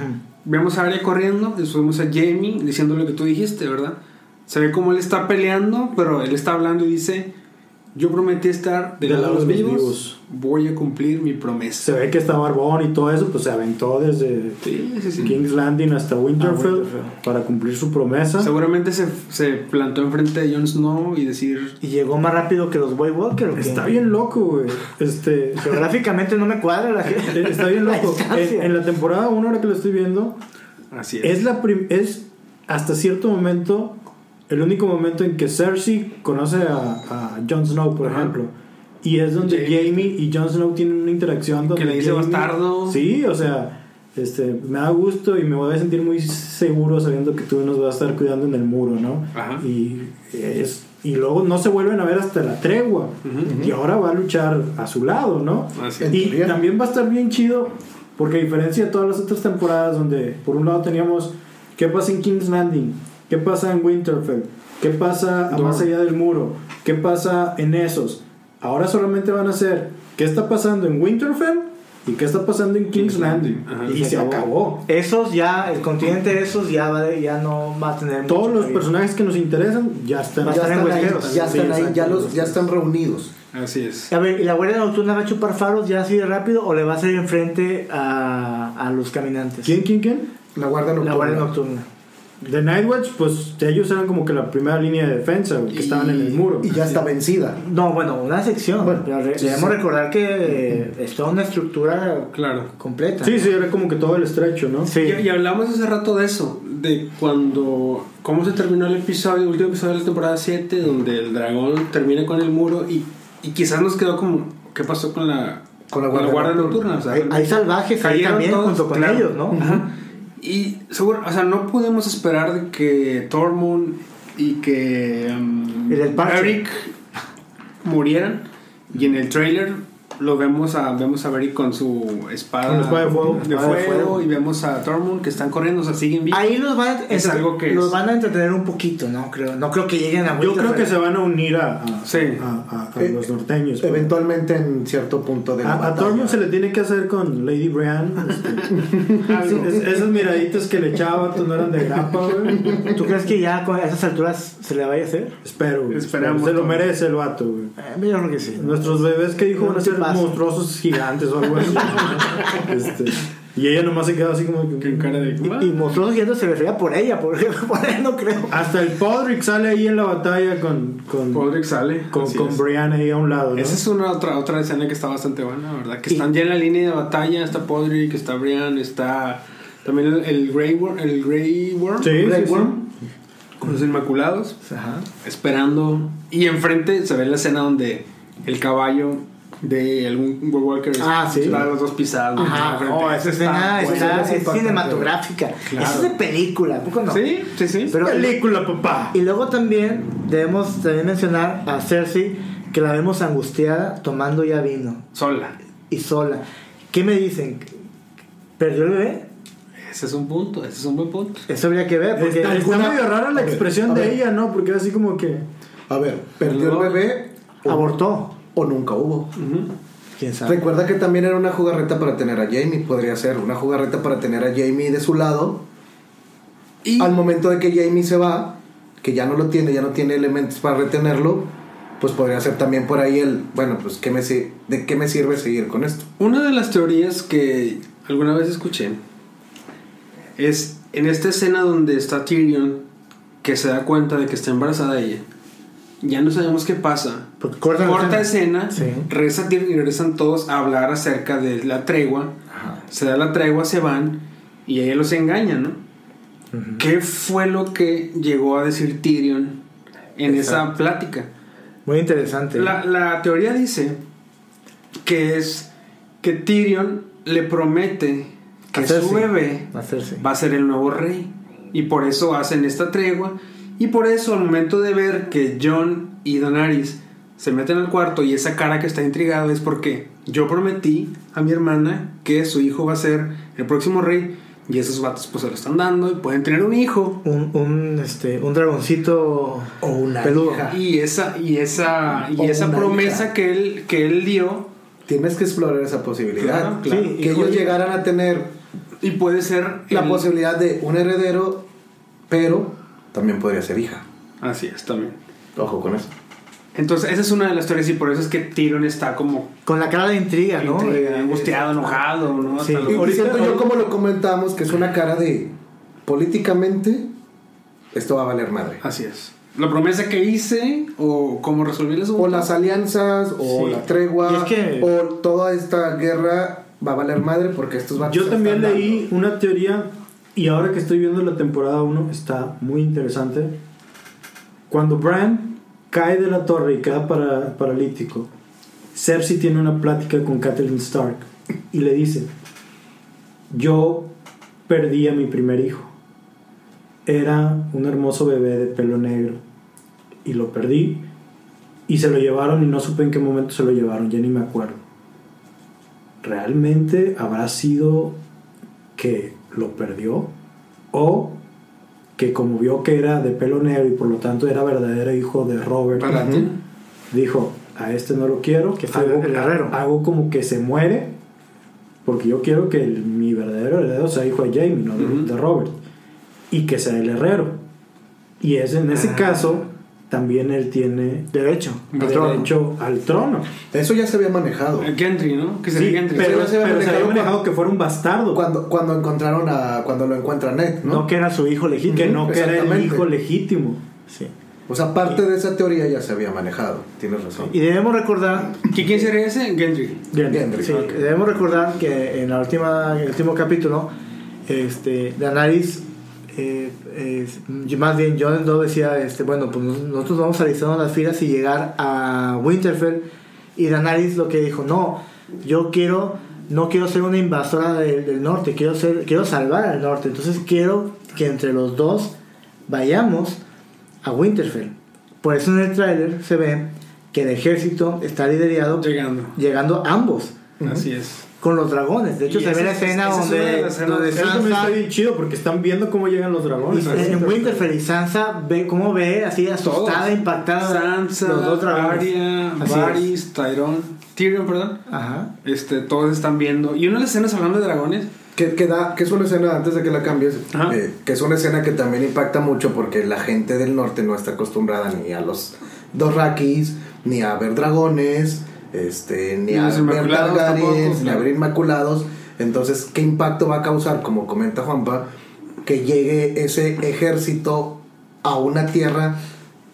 Speaker 5: vemos a Arya corriendo, y subimos a Jamie diciendo lo que tú dijiste, ¿verdad? Se ve como él está peleando, pero él está hablando y dice, yo prometí estar del lado de los vivos,
Speaker 2: vivos.
Speaker 5: voy a cumplir mi promesa.
Speaker 2: Se ve que está barbón y todo eso, pues se aventó desde
Speaker 5: Sí, sí, sí.
Speaker 2: King's Landing hasta Winterfell,
Speaker 4: Ah, Winterfell.
Speaker 2: para cumplir su promesa.
Speaker 5: Seguramente se, se plantó enfrente de Jon Snow y decir,
Speaker 4: Y llegó más rápido que los White Walker. ¿o qué?
Speaker 2: Está bien loco, güey. Este,
Speaker 4: Geográficamente no me cuadra la
Speaker 2: Eh,
Speaker 4: gente.
Speaker 2: Está bien
Speaker 4: La
Speaker 2: loco.
Speaker 4: distancia.
Speaker 2: En, en la temporada 1, ahora que lo estoy viendo,
Speaker 5: Así es.
Speaker 2: es, la prim- es hasta cierto momento el único momento en que Cersei conoce a, a Jon Snow, por
Speaker 5: Ajá.
Speaker 2: ejemplo. Y es donde Jamie.
Speaker 5: Jaime.
Speaker 2: y Jon Snow tienen una interacción donde
Speaker 5: Que le dice
Speaker 2: Jaime-
Speaker 5: bastardo.
Speaker 2: Sí, o sea, este, me da gusto y me voy a sentir muy seguro sabiendo que tú nos vas a estar cuidando en el muro, ¿no?
Speaker 5: Ajá.
Speaker 2: Y, es, y luego no se vuelven a ver hasta la tregua.
Speaker 5: Ujú.
Speaker 2: Y ahora va a luchar a su lado, ¿no?
Speaker 5: Así
Speaker 3: En
Speaker 5: es.
Speaker 2: Y
Speaker 3: teoría.
Speaker 2: también va a estar bien chido, porque a diferencia de todas las otras temporadas, donde por un lado teníamos qué pasa en King's Landing, qué pasa en Winterfell, qué pasa a
Speaker 5: Dor.
Speaker 2: más allá del muro, qué pasa en esos. Ahora solamente van a ser qué está pasando en Winterfell y qué está pasando en King's Landing.
Speaker 5: Ajá.
Speaker 2: Y se acabó.
Speaker 4: Esos ya, el continente de esos ya, va, ya no va a tener.
Speaker 2: Todos
Speaker 4: mucho
Speaker 2: los
Speaker 4: cabida.
Speaker 2: personajes que nos interesan ya están
Speaker 4: Ya
Speaker 3: Ya
Speaker 4: están en
Speaker 3: están ahí,
Speaker 4: Westeros.
Speaker 3: ya están
Speaker 2: Sí,
Speaker 3: ahí, ya
Speaker 2: exacto.
Speaker 3: los, ya están reunidos.
Speaker 5: Así es.
Speaker 4: A ver, ¿y la guardia nocturna va a chupar faros ya así de rápido o le va a hacer enfrente a, a los caminantes?
Speaker 2: ¿Quién, quién, quién?
Speaker 3: La guardia
Speaker 4: La
Speaker 3: nocturna.
Speaker 4: guardia nocturna.
Speaker 2: The Nightwatch, pues ellos eran como que la primera línea de defensa, güey, que
Speaker 5: Y-
Speaker 2: estaban en el muro.
Speaker 3: Y ya está vencida.
Speaker 4: No, bueno, una sección.
Speaker 3: Bueno,
Speaker 4: pero re-
Speaker 3: sí,
Speaker 4: debemos
Speaker 3: sí.
Speaker 4: recordar que eh, es toda una estructura
Speaker 5: Claro.
Speaker 4: completa.
Speaker 2: Sí, sí, era como que todo el estrecho, ¿no?
Speaker 4: Sí.
Speaker 5: Y, y hablamos hace rato de eso, de cuando, cómo se terminó el episodio, el último episodio de la temporada 7, donde el dragón termina con el muro y, y quizás nos quedó como, ¿qué pasó con la,
Speaker 3: Con la guardia
Speaker 5: nocturna?
Speaker 3: nocturna.
Speaker 5: O sea,
Speaker 4: Hay, hay salvajes ahí
Speaker 5: cayeron
Speaker 4: también
Speaker 5: todos,
Speaker 4: junto con
Speaker 5: claro.
Speaker 4: ellos, ¿no?
Speaker 5: Ajá. Y seguro, o sea, no podemos esperar de que Tormund y que um,
Speaker 4: Y del parche.
Speaker 5: Beric murieran. Y en el trailer lo vemos a vemos a Beric con su espada,
Speaker 2: Con la espada de fuego.
Speaker 5: de
Speaker 2: Espada de
Speaker 5: fuego,
Speaker 2: fuego.
Speaker 5: y vemos a Tormund que están corriendo, o sea, siguen vivos.
Speaker 4: Ahí los van, a
Speaker 5: Es
Speaker 4: entre-
Speaker 5: algo que
Speaker 4: los
Speaker 5: es-
Speaker 4: van a entretener un poquito, ¿no? Creo, no creo que lleguen a
Speaker 2: Yo
Speaker 4: Winterfell.
Speaker 2: creo que se van a unir a, a,
Speaker 5: Sí.
Speaker 2: a- a- a
Speaker 3: Eh,
Speaker 2: los norteños. pues.
Speaker 3: Eventualmente en cierto punto de la
Speaker 2: A, a
Speaker 3: batalla.
Speaker 2: Tormund se le tiene que hacer con Lady Brian. este, esas miraditas que le echaba pues, no eran de grapa, güey.
Speaker 4: ¿Tú crees que ya con- a esas alturas se le vaya a hacer?
Speaker 2: Espero, güey,
Speaker 5: Esperamos,
Speaker 2: Se lo
Speaker 5: Tormund.
Speaker 2: merece el vato, güey.
Speaker 4: Eh, yo creo que sí.
Speaker 2: Nuestros bebés que dijo
Speaker 4: No
Speaker 2: van a ser
Speaker 4: te pases.
Speaker 2: monstruosos gigantes o algo así. ¿no? Este, y ella nomás se quedó así como que-
Speaker 5: Con cara de,
Speaker 4: Y, y monstruoso yendo se refería por ella, por, por él no creo.
Speaker 2: Hasta el Podrick sale ahí en la batalla con, con,
Speaker 5: Podrick sale.
Speaker 2: con,
Speaker 5: así
Speaker 2: con
Speaker 5: es.
Speaker 2: Brian ahí a un lado. ¿no?
Speaker 5: Esa es una otra, otra escena que está bastante buena, ¿verdad? Que
Speaker 4: Y-
Speaker 5: están ya en la línea de batalla, está Podrick, está Brian, está también el, el Grey Worm, el Grey Worm,
Speaker 2: Sí,
Speaker 5: Grey
Speaker 2: sí, sí.
Speaker 5: Worm, con los Inmaculados,
Speaker 4: Ajá.
Speaker 5: esperando. Y enfrente se ve la escena donde el caballo de algún Walker.
Speaker 4: Ah, sí.
Speaker 5: La de los dos pisados.
Speaker 4: Ajá, Oh,
Speaker 5: frente.
Speaker 4: no, esa escena
Speaker 3: bueno,
Speaker 4: está-
Speaker 3: esa es
Speaker 4: es
Speaker 3: impactante.
Speaker 4: cinematográfica.
Speaker 5: Claro.
Speaker 4: Eso es de película, ¿a poco no?
Speaker 5: Sí, sí, sí.
Speaker 4: Pero-
Speaker 2: película, papá.
Speaker 4: Y luego también debemos también mencionar a Cersei, que la vemos angustiada tomando ya vino
Speaker 5: Sola.
Speaker 4: y sola. ¿Qué me dicen? ¿Perdió el bebé?
Speaker 5: Ese es un punto, ese es un buen punto.
Speaker 4: Eso habría que ver, porque
Speaker 2: Está, está
Speaker 4: alguna-
Speaker 2: medio rara la
Speaker 3: a ver,
Speaker 2: expresión
Speaker 3: a
Speaker 2: de
Speaker 3: ver.
Speaker 2: ella, ¿no? Porque era así como que.
Speaker 3: A ver, perdió el
Speaker 5: No.
Speaker 3: bebé o-
Speaker 4: abortó.
Speaker 3: o nunca hubo.
Speaker 4: ¿Quién sabe?
Speaker 3: Recuerda que también era una jugarreta para tener a Jamie, podría ser una jugarreta para tener a Jamie de su lado.
Speaker 5: Y
Speaker 3: Al momento de que Jamie se va, que ya no lo tiene, ya no tiene elementos para retenerlo, pues podría ser también por ahí el, bueno, pues ¿qué me, si- ¿de qué me sirve seguir con esto?
Speaker 5: una de las teorías que alguna vez escuché es en esta escena donde está Tyrion, que se da cuenta de que está embarazada ella. Ya no sabemos qué pasa.
Speaker 4: Porque corta la
Speaker 5: Corta escena,
Speaker 4: Sí.
Speaker 5: regresa Tyrion y regresan todos a hablar acerca de la tregua. Se da la tregua, se van y ella los engaña, ¿no? ¿Qué fue lo que llegó a decir Tyrion en esa plática?
Speaker 4: Muy interesante. ¿eh?
Speaker 5: La, la teoría dice que es que Tyrion le promete que
Speaker 4: A Cersei.
Speaker 5: su bebé
Speaker 4: A Cersei.
Speaker 5: va a ser el nuevo rey. Y por eso hacen esta tregua. Y por eso al momento de ver que John y Daenerys se meten al cuarto y esa cara que está intrigado es porque yo prometí a mi hermana que su hijo va a ser el próximo rey. Y esos vatos pues se lo están dando y pueden tener un hijo.
Speaker 4: Un, un, este, un dragoncito
Speaker 3: O una
Speaker 4: peludo.
Speaker 3: hija.
Speaker 5: Y esa, y esa, y
Speaker 3: O
Speaker 5: esa
Speaker 3: una
Speaker 5: promesa
Speaker 3: hija.
Speaker 5: que él, que él dio
Speaker 3: Tienes que explorar esa posibilidad.
Speaker 5: Claro, claro.
Speaker 3: Sí, que ellos llegaran a tener
Speaker 5: Y puede ser
Speaker 3: la
Speaker 5: el-
Speaker 3: posibilidad de un heredero, pero también podría ser hija.
Speaker 5: Así es, también.
Speaker 3: Ojo con eso.
Speaker 5: Entonces, esa es una de las teorías y por eso es que Tyrion está como
Speaker 4: Con la cara de intriga, ¿no?
Speaker 5: intrigado,
Speaker 4: Eh,
Speaker 5: angustiado, enojado, ¿no?
Speaker 4: Sí.
Speaker 5: Hasta
Speaker 3: Y
Speaker 5: lo-
Speaker 3: siento yo como lo comentamos, que es una cara de políticamente esto va a valer madre.
Speaker 5: Así es. La promesa que hice o cómo resolví el asunto.
Speaker 3: O las alianzas, o
Speaker 4: Sí.
Speaker 3: la tregua,
Speaker 4: Y es que-
Speaker 3: o toda esta guerra va a valer madre porque estos van
Speaker 2: Yo también leí una teoría y ahora que estoy viendo la temporada 1 está muy interesante. Cuando Bran cae de la torre y queda para- paralítico, Cersei tiene una plática con Catelyn Stark y le dice, yo perdí a mi primer hijo. Era un hermoso bebé de pelo negro y lo perdí y se lo llevaron y no supe en qué momento se lo llevaron, ya ni me acuerdo. ¿Realmente habrá sido que lo perdió o que como vio que era de pelo negro y por lo tanto era verdadero hijo de Robert,
Speaker 5: Para ti.
Speaker 2: dijo, a este no lo quiero,
Speaker 4: Que fue el herrero.
Speaker 2: hago como que se muere, porque yo quiero que el- mi verdadero heredero sea hijo de Jamie, no de,
Speaker 5: Ujú.
Speaker 2: de Robert, y que sea el herrero. Y es en ese caso, también él tiene
Speaker 4: Derecho.
Speaker 5: Al
Speaker 2: derecho al trono.
Speaker 3: Eso ya se había manejado.
Speaker 5: El Gendry, ¿no? Que
Speaker 2: Sí,
Speaker 5: sería Gendry.
Speaker 2: pero,
Speaker 3: Pero se había
Speaker 2: pero se había
Speaker 3: manejado
Speaker 2: manejado que fuera un bastardo,
Speaker 3: Cuando, cuando encontraron a. cuando lo encuentra Ned,
Speaker 4: ¿no?
Speaker 3: ¿no?
Speaker 4: que era su hijo legítimo.
Speaker 2: que no que era el
Speaker 3: exactamente.
Speaker 2: hijo legítimo.
Speaker 4: Sí.
Speaker 3: O sea, parte de esa teoría ya se había manejado. Tienes razón.
Speaker 4: Y debemos recordar
Speaker 5: ¿Qui- ¿Quién sería ese? Gendry.
Speaker 2: Bien.
Speaker 3: Gendry.
Speaker 4: Sí, debemos recordar que en, la última, en el último capítulo, este, Daenerys, eh, es- más bien Jon Snow decía, este, bueno, pues nos- nosotros vamos alisando las filas y llegar a Winterfell. Y Daenerys lo que dijo, no, yo quiero, no quiero ser una invasora del- del norte, quiero, ser, quiero salvar al norte. Entonces quiero que entre los dos vayamos a Winterfell. Por eso en el tráiler se ve que el ejército está liderado
Speaker 5: Llegando.
Speaker 4: llegando ambos
Speaker 5: Así es.
Speaker 4: con los dragones. De hecho,
Speaker 5: Y
Speaker 4: se ve
Speaker 5: esa
Speaker 4: la
Speaker 5: es-
Speaker 4: escena
Speaker 5: esa es una de
Speaker 4: donde,
Speaker 5: las escenas-
Speaker 4: donde
Speaker 2: Eso también
Speaker 4: Sansa
Speaker 2: está bien chido porque están viendo cómo llegan los dragones.
Speaker 4: y- en Winterfell y Sansa ve cómo ve así asustada,
Speaker 5: Todos.
Speaker 4: impactada
Speaker 5: Sansa,
Speaker 4: los dos dragones.
Speaker 5: Arya,
Speaker 4: Así es.
Speaker 5: Varys, Tyrone, Tyrion, perdón.
Speaker 4: Ajá.
Speaker 5: Este, todos están viendo. Y una de las escenas hablando de dragones.
Speaker 3: Que, que da, que es una escena, antes de que la cambies,
Speaker 5: Ajá.
Speaker 3: eh, que es una escena que también impacta mucho porque la gente del norte no está acostumbrada ni a los Dorrakis, ni a ver dragones, este, ni
Speaker 5: Ni
Speaker 3: a
Speaker 5: los
Speaker 3: ver
Speaker 5: Inmaculados
Speaker 3: Targaryens,
Speaker 5: tampoco,
Speaker 3: ni a
Speaker 5: claro.
Speaker 3: ver Inmaculados. Entonces, ¿qué impacto va a causar, como comenta Juanpa, que llegue ese ejército a una tierra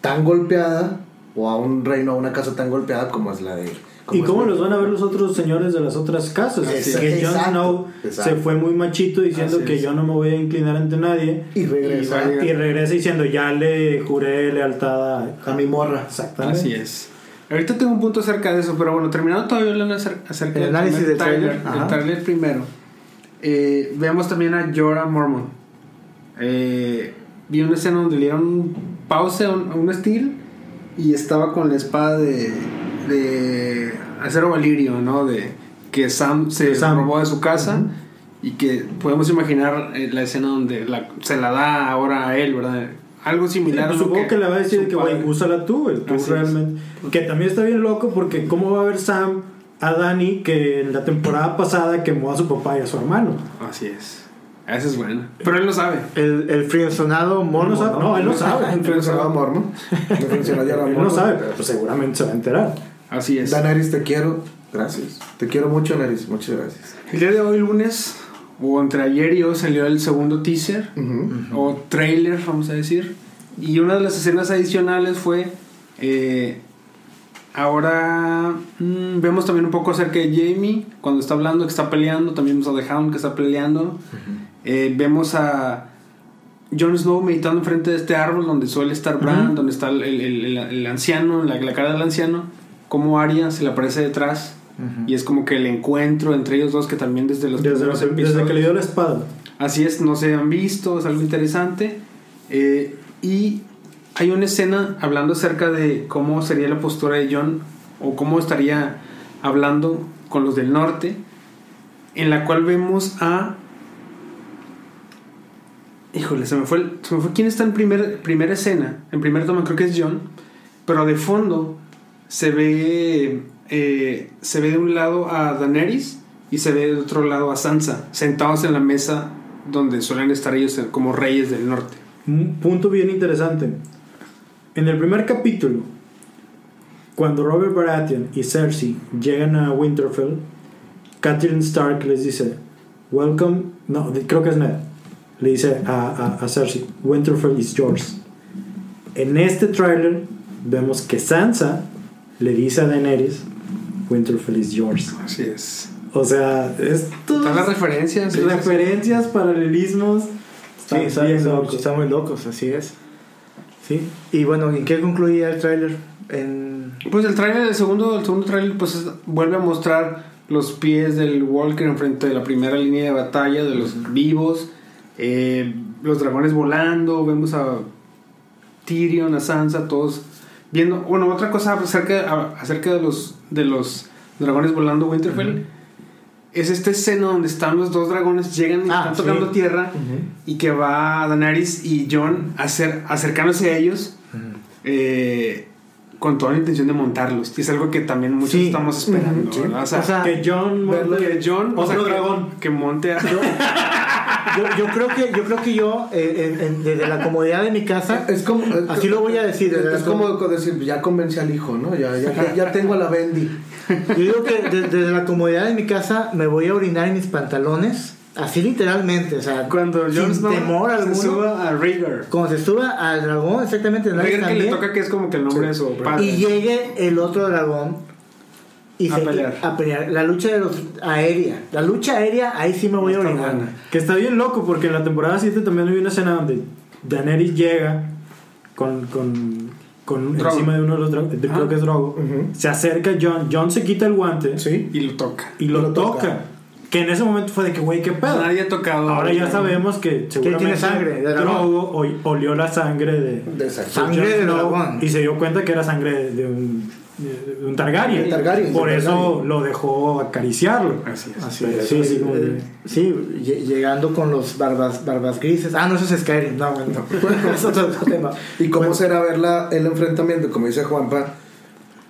Speaker 3: tan golpeada o a un reino, a una casa tan golpeada como es la de... como
Speaker 2: ¿Y
Speaker 3: es
Speaker 2: cómo
Speaker 3: la-
Speaker 2: los van a ver los otros señores de las otras casas?
Speaker 3: Exacto,
Speaker 2: que Jon
Speaker 3: exacto,
Speaker 2: Snow
Speaker 3: exacto.
Speaker 2: se fue muy machito diciendo
Speaker 5: Así
Speaker 2: que
Speaker 5: es.
Speaker 2: yo no me voy a inclinar ante nadie.
Speaker 3: Y regresa
Speaker 5: Y va-
Speaker 2: Y regresa diciendo, ya le juré lealtad a...
Speaker 3: a mi morra.
Speaker 2: Exactamente.
Speaker 5: Así es. Ahorita tengo un punto acerca de eso, pero bueno, terminando todavía hablando acer- acerca
Speaker 4: El análisis
Speaker 5: primer
Speaker 4: del tráiler,
Speaker 5: tráiler,
Speaker 4: ajá.
Speaker 5: El tráiler primero. Eh, vemos también a Jorah Mormon. Eh, vi una escena donde le dieron pause a un, a un steel y estaba con la espada de, de Acero Valirio, ¿no? De que Sam se
Speaker 2: Sam.
Speaker 5: robó de su casa y que podemos imaginar eh, la escena donde la- se la da ahora a él, ¿verdad? Algo similar. a lo
Speaker 2: pues Supongo que, le va a decir
Speaker 5: su
Speaker 2: que, güey,
Speaker 5: padre-
Speaker 2: úsala tú, güey, tú
Speaker 5: Así es. Pues-
Speaker 2: realmente. Que también está bien loco porque cómo va a ver Sam a Dani que en la temporada pasada quemó a su papá y a su hermano.
Speaker 5: Así es. Esa es buena. Pero él lo sabe.
Speaker 4: El, el frienzonado
Speaker 2: Él
Speaker 4: mono.
Speaker 2: no, sabe, no, él no sabe.
Speaker 3: Yo no sabía Ah, mormon. Me funcionó ya la
Speaker 2: Él no
Speaker 3: mormon.
Speaker 2: sabe, pero seguramente se va a enterar.
Speaker 5: Así es.
Speaker 3: Daenerys, te quiero. Gracias. Te quiero mucho, Daenerys. Muchas gracias.
Speaker 5: El día de hoy, lunes, o entre ayer y hoy, salió el segundo teaser,
Speaker 3: Ujú.
Speaker 5: o trailer, vamos a decir. Y una de las escenas adicionales fue. eh, ahora mm, vemos también un poco acerca de Jamie, cuando está hablando, que está peleando. También vemos a The Hound, que está peleando. Eh, vemos a. Jon Snow meditando enfrente de este árbol donde suele estar Bran, donde está el, el- el- el anciano, la, la cara del anciano, como Arya se le aparece detrás. Y es como que el encuentro entre ellos dos que también desde los
Speaker 2: Desde, em-,
Speaker 5: primeros
Speaker 2: desde
Speaker 5: episodios-
Speaker 2: que le dio la espada.
Speaker 5: Así es, no se han visto, es algo interesante. Eh, y hay una escena hablando acerca de cómo sería la postura de John o cómo estaría hablando con los del norte, en la cual vemos a... Híjole, se me fue, el- se me fue quién está en primer, primera escena, en primer toma creo que es John, pero de fondo se ve eh, se ve de un lado a Daenerys y se ve de otro lado a Sansa sentados en la mesa donde suelen estar ellos eh, como reyes del norte
Speaker 2: Un punto bien interesante. En el primer capítulo, cuando Robert Baratheon y Cersei llegan a Winterfell, Catelyn Stark les dice, Welcome, no, de- creo que es Ned, le dice a, a- a Cersei, Winterfell is yours. En este tráiler vemos que Sansa le dice a Daenerys, Winterfell is yours.
Speaker 5: así es
Speaker 2: O sea, esto...
Speaker 5: están las referencias sí, sí, sí.
Speaker 2: Referencias, paralelismos.
Speaker 4: Sí,
Speaker 2: Está-
Speaker 4: están,
Speaker 2: bien
Speaker 4: están-
Speaker 2: loco.
Speaker 4: están muy locos, así es. Sí. Y bueno, ¿en qué concluía el tráiler? En...
Speaker 5: pues el tráiler el segundo el segundo tráiler pues es- vuelve a mostrar los pies del Walker enfrente de la primera línea de batalla de los vivos eh, los dragones volando vemos a Tyrion, a Sansa, todos viendo. Bueno, otra cosa acerca, a- acerca de los de los dragones volando Winterfell. Es esta escena donde están los dos dragones, llegan y
Speaker 4: Ah,
Speaker 5: están
Speaker 4: sí.
Speaker 5: tocando tierra y que va Daenerys y Jon hacer, acercándose a ellos eh, con toda la intención de montarlos. Y es algo que también muchos
Speaker 4: Sí.
Speaker 5: estamos esperando, ¿verdad? O sea,
Speaker 4: O sea,
Speaker 2: Que John
Speaker 5: verlo
Speaker 2: Monte-
Speaker 5: que Jon, o
Speaker 2: otro
Speaker 5: sea, que-
Speaker 2: dragón.
Speaker 5: que monte a
Speaker 4: Yo, yo creo que yo, creo que yo eh, en- en- desde la comodidad de mi casa,
Speaker 3: Es como. es-
Speaker 4: Así lo voy a decir,
Speaker 3: Es,
Speaker 4: ¿verdad?
Speaker 3: es como decir, ya convencí al hijo, ¿no? Ya, ya, ya- ya tengo a la Bendy.
Speaker 4: yo digo que de- desde la comodidad de mi casa me voy a orinar en mis pantalones, así literalmente, o sea,
Speaker 5: cuando Jon
Speaker 4: sin
Speaker 5: Snow
Speaker 4: temor
Speaker 5: se
Speaker 4: alguno.
Speaker 5: suba a Rhaegar.
Speaker 4: Cuando se suba al dragón, exactamente, nadie
Speaker 5: Rhaegar que le
Speaker 4: también,
Speaker 5: toca que es como que el nombre de su padre.
Speaker 4: y llegue el otro dragón y
Speaker 5: A
Speaker 4: se-
Speaker 5: pelear.
Speaker 4: a pelear. La lucha de los aérea, la lucha aérea, ahí sí me voy a
Speaker 5: Está
Speaker 4: orinar.
Speaker 5: buena.
Speaker 2: Que está bien loco porque en la temporada 7 también hay una escena donde Daenerys llega con, con, con
Speaker 5: Drogo.
Speaker 2: encima de uno de los dragos, creo que es Drogo.
Speaker 3: Ujú.
Speaker 2: Se acerca John, John se quita el guante
Speaker 3: Sí.
Speaker 5: y lo toca.
Speaker 2: y lo,
Speaker 3: Lo
Speaker 2: toca.
Speaker 3: toca.
Speaker 2: Que en ese momento fue de que, güey, qué pedo.
Speaker 5: Nadie ha tocado.
Speaker 2: Ahora ya sabemos que seguramente
Speaker 4: tiene sangre de dragón.
Speaker 2: Drogo ol- olió la sangre de, de
Speaker 3: De esa-
Speaker 4: Sangre
Speaker 2: Jon
Speaker 4: de
Speaker 2: Snow
Speaker 4: dragón.
Speaker 2: y se dio cuenta que era sangre de, de un, de un Targaryen.
Speaker 3: De Targaryen,
Speaker 2: Por
Speaker 3: de
Speaker 2: eso
Speaker 3: Targaryen.
Speaker 2: lo dejó acariciarlo.
Speaker 5: Así es.
Speaker 4: Así
Speaker 2: Pero
Speaker 4: es,
Speaker 2: sí,
Speaker 4: sí, eh,
Speaker 2: sí,
Speaker 4: sí,
Speaker 2: como que-
Speaker 4: lle- llegando con los barbas, barbas grises. Ah, no, eso es Skyrim, no, bueno, no. es otro tema.
Speaker 3: ¿Y cómo
Speaker 4: Bueno,
Speaker 3: será verla el enfrentamiento, como dice Juanpa,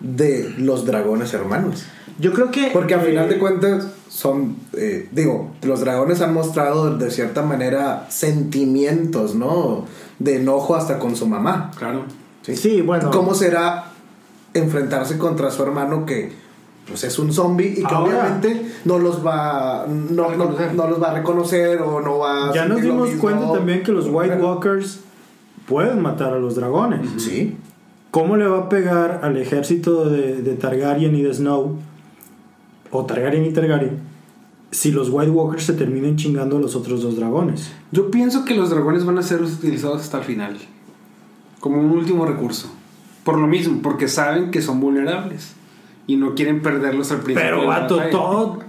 Speaker 3: de los dragones hermanos?
Speaker 4: Yo creo que.
Speaker 3: Porque al
Speaker 4: eh,
Speaker 3: final de cuentas son, eh, digo, los dragones han mostrado de cierta manera sentimientos, ¿no? De enojo hasta con su mamá.
Speaker 5: Claro.
Speaker 4: Sí, bueno.
Speaker 3: ¿Cómo será enfrentarse contra su hermano que pues es un zombie y que
Speaker 2: Ahora.
Speaker 3: obviamente no los va no, no,
Speaker 5: Reconocer.
Speaker 3: no los va a reconocer o no va a
Speaker 2: Ya nos
Speaker 3: sentir lo
Speaker 2: dimos
Speaker 3: mismo?
Speaker 2: cuenta también que los White
Speaker 3: Pero-
Speaker 2: Walkers pueden matar a los dragones.
Speaker 3: Sí.
Speaker 2: ¿Cómo le va a pegar al ejército de, de Targaryen y de Snow, o Targaryen y Targaryen, si los White Walkers se terminen chingando a los otros dos dragones?
Speaker 5: Yo pienso que los dragones van a ser utilizados hasta el final. Como un último recurso. Por lo mismo, porque saben que son vulnerables y no quieren perderlos al principio.
Speaker 2: Pero
Speaker 5: de la
Speaker 2: vato,
Speaker 5: batalla.
Speaker 2: todo,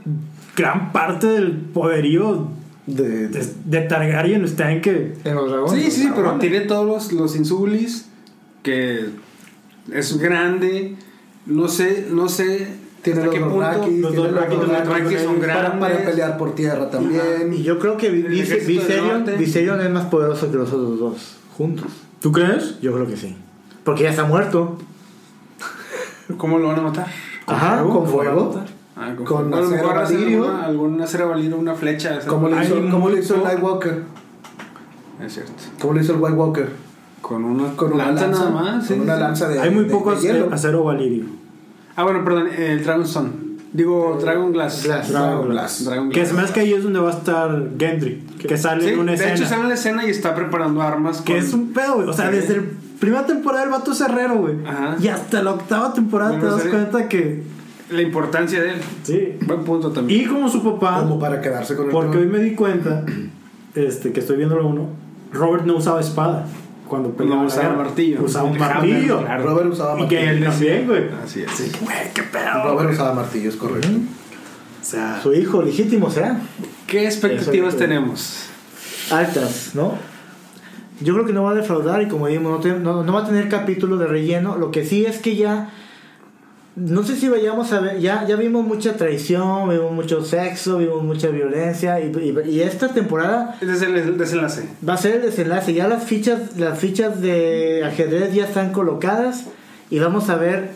Speaker 2: gran parte del poderío
Speaker 3: De,
Speaker 2: de, de Targaryen está en que
Speaker 4: En los dragones.
Speaker 5: Sí, sí, sí, pero
Speaker 2: Dragones.
Speaker 5: tiene todos los, los insulis que es grande. No sé, no sé.
Speaker 3: tiene
Speaker 5: hasta
Speaker 3: los
Speaker 5: qué punto
Speaker 3: Dothraki,
Speaker 2: los
Speaker 3: tiene
Speaker 2: Dothraki, los
Speaker 5: Dothraki
Speaker 3: Dothraki
Speaker 5: son
Speaker 3: para, para
Speaker 5: grandes.
Speaker 3: pelear por tierra también.
Speaker 4: Y yo creo que Vi-
Speaker 5: El
Speaker 4: Vise-
Speaker 5: ejército del
Speaker 4: Viserion,
Speaker 5: norte.
Speaker 4: Viserion es más poderoso que los otros dos juntos.
Speaker 2: ¿Tú crees?
Speaker 4: Yo creo que sí. Porque ya está muerto.
Speaker 5: ¿Cómo lo van a matar?
Speaker 4: Ajá,
Speaker 3: fuego?
Speaker 4: con
Speaker 3: ¿Lo van a
Speaker 4: fuego.
Speaker 3: matar?
Speaker 5: Ah,
Speaker 3: Con
Speaker 5: a lo mejor
Speaker 3: acero
Speaker 5: hacer
Speaker 3: valirio.
Speaker 5: alguna, alguna acero valirio, una flecha. hacer-
Speaker 3: ¿Cómo le
Speaker 2: Hay
Speaker 3: hizo,
Speaker 2: un
Speaker 3: cómo le hizo el
Speaker 2: punto-
Speaker 3: White Walker?
Speaker 5: Es cierto.
Speaker 3: ¿Cómo le hizo el White Walker?
Speaker 5: Con una,
Speaker 3: Con una lanza,
Speaker 5: nada más. sí,
Speaker 3: con una
Speaker 5: sí.
Speaker 3: lanza de
Speaker 2: Hay muy
Speaker 3: de-
Speaker 2: poco
Speaker 3: de hielo.
Speaker 2: acero, acero valirio.
Speaker 5: Ah, bueno, perdón, el Dragon Stone. Digo, Dragon Glass.
Speaker 4: Glass.
Speaker 3: Dragon
Speaker 5: Glass.
Speaker 3: Glass.
Speaker 5: Dragon
Speaker 2: Que
Speaker 5: Glass.
Speaker 2: se me hace que ahí es donde va a estar Gendry. Que sale
Speaker 5: Sí,
Speaker 2: en una
Speaker 5: de
Speaker 2: escena.
Speaker 5: hecho, sale en la escena y está preparando armas.
Speaker 2: que
Speaker 5: con-
Speaker 2: es un pedo, güey. O sea,
Speaker 5: Sí.
Speaker 2: desde la primera temporada el vato es herrero, güey.
Speaker 5: Ajá.
Speaker 2: Y hasta la octava temporada
Speaker 5: Bueno,
Speaker 2: te das
Speaker 5: sí.
Speaker 2: cuenta que.
Speaker 5: La importancia de él.
Speaker 2: Sí.
Speaker 5: Buen punto también.
Speaker 2: Y como su papá.
Speaker 3: Como para quedarse con el
Speaker 2: Porque hoy
Speaker 3: trono.
Speaker 2: me di cuenta, este, que estoy viendo lo uno, Robert no usaba espada cuando peleaba.
Speaker 5: No,
Speaker 2: la
Speaker 5: usaba
Speaker 2: guerra.
Speaker 5: martillo.
Speaker 2: Usaba un
Speaker 5: El hammer,
Speaker 2: martillo.
Speaker 5: claro.
Speaker 3: Robert usaba
Speaker 2: Y que
Speaker 3: martillos.
Speaker 2: él también, güey.
Speaker 5: Así es.
Speaker 2: Güey, qué pedo.
Speaker 3: Robert usaba martillos, correcto.
Speaker 2: O sea,
Speaker 4: Su hijo legítimo será.
Speaker 5: ¿Qué expectativas
Speaker 4: Eso es-
Speaker 5: tenemos?
Speaker 4: Altas, ¿no? Yo creo que no va a defraudar y como dijimos, no, te- no- no va a tener capítulo de relleno. Lo que sí es que ya... No sé si vayamos a ver, ya, ya vimos mucha traición, vimos mucho sexo, vimos mucha violencia y- y- y esta temporada
Speaker 5: Ese es el, el desenlace.
Speaker 4: Va a ser el desenlace. Ya las fichas, las fichas de ajedrez ya están colocadas y vamos a ver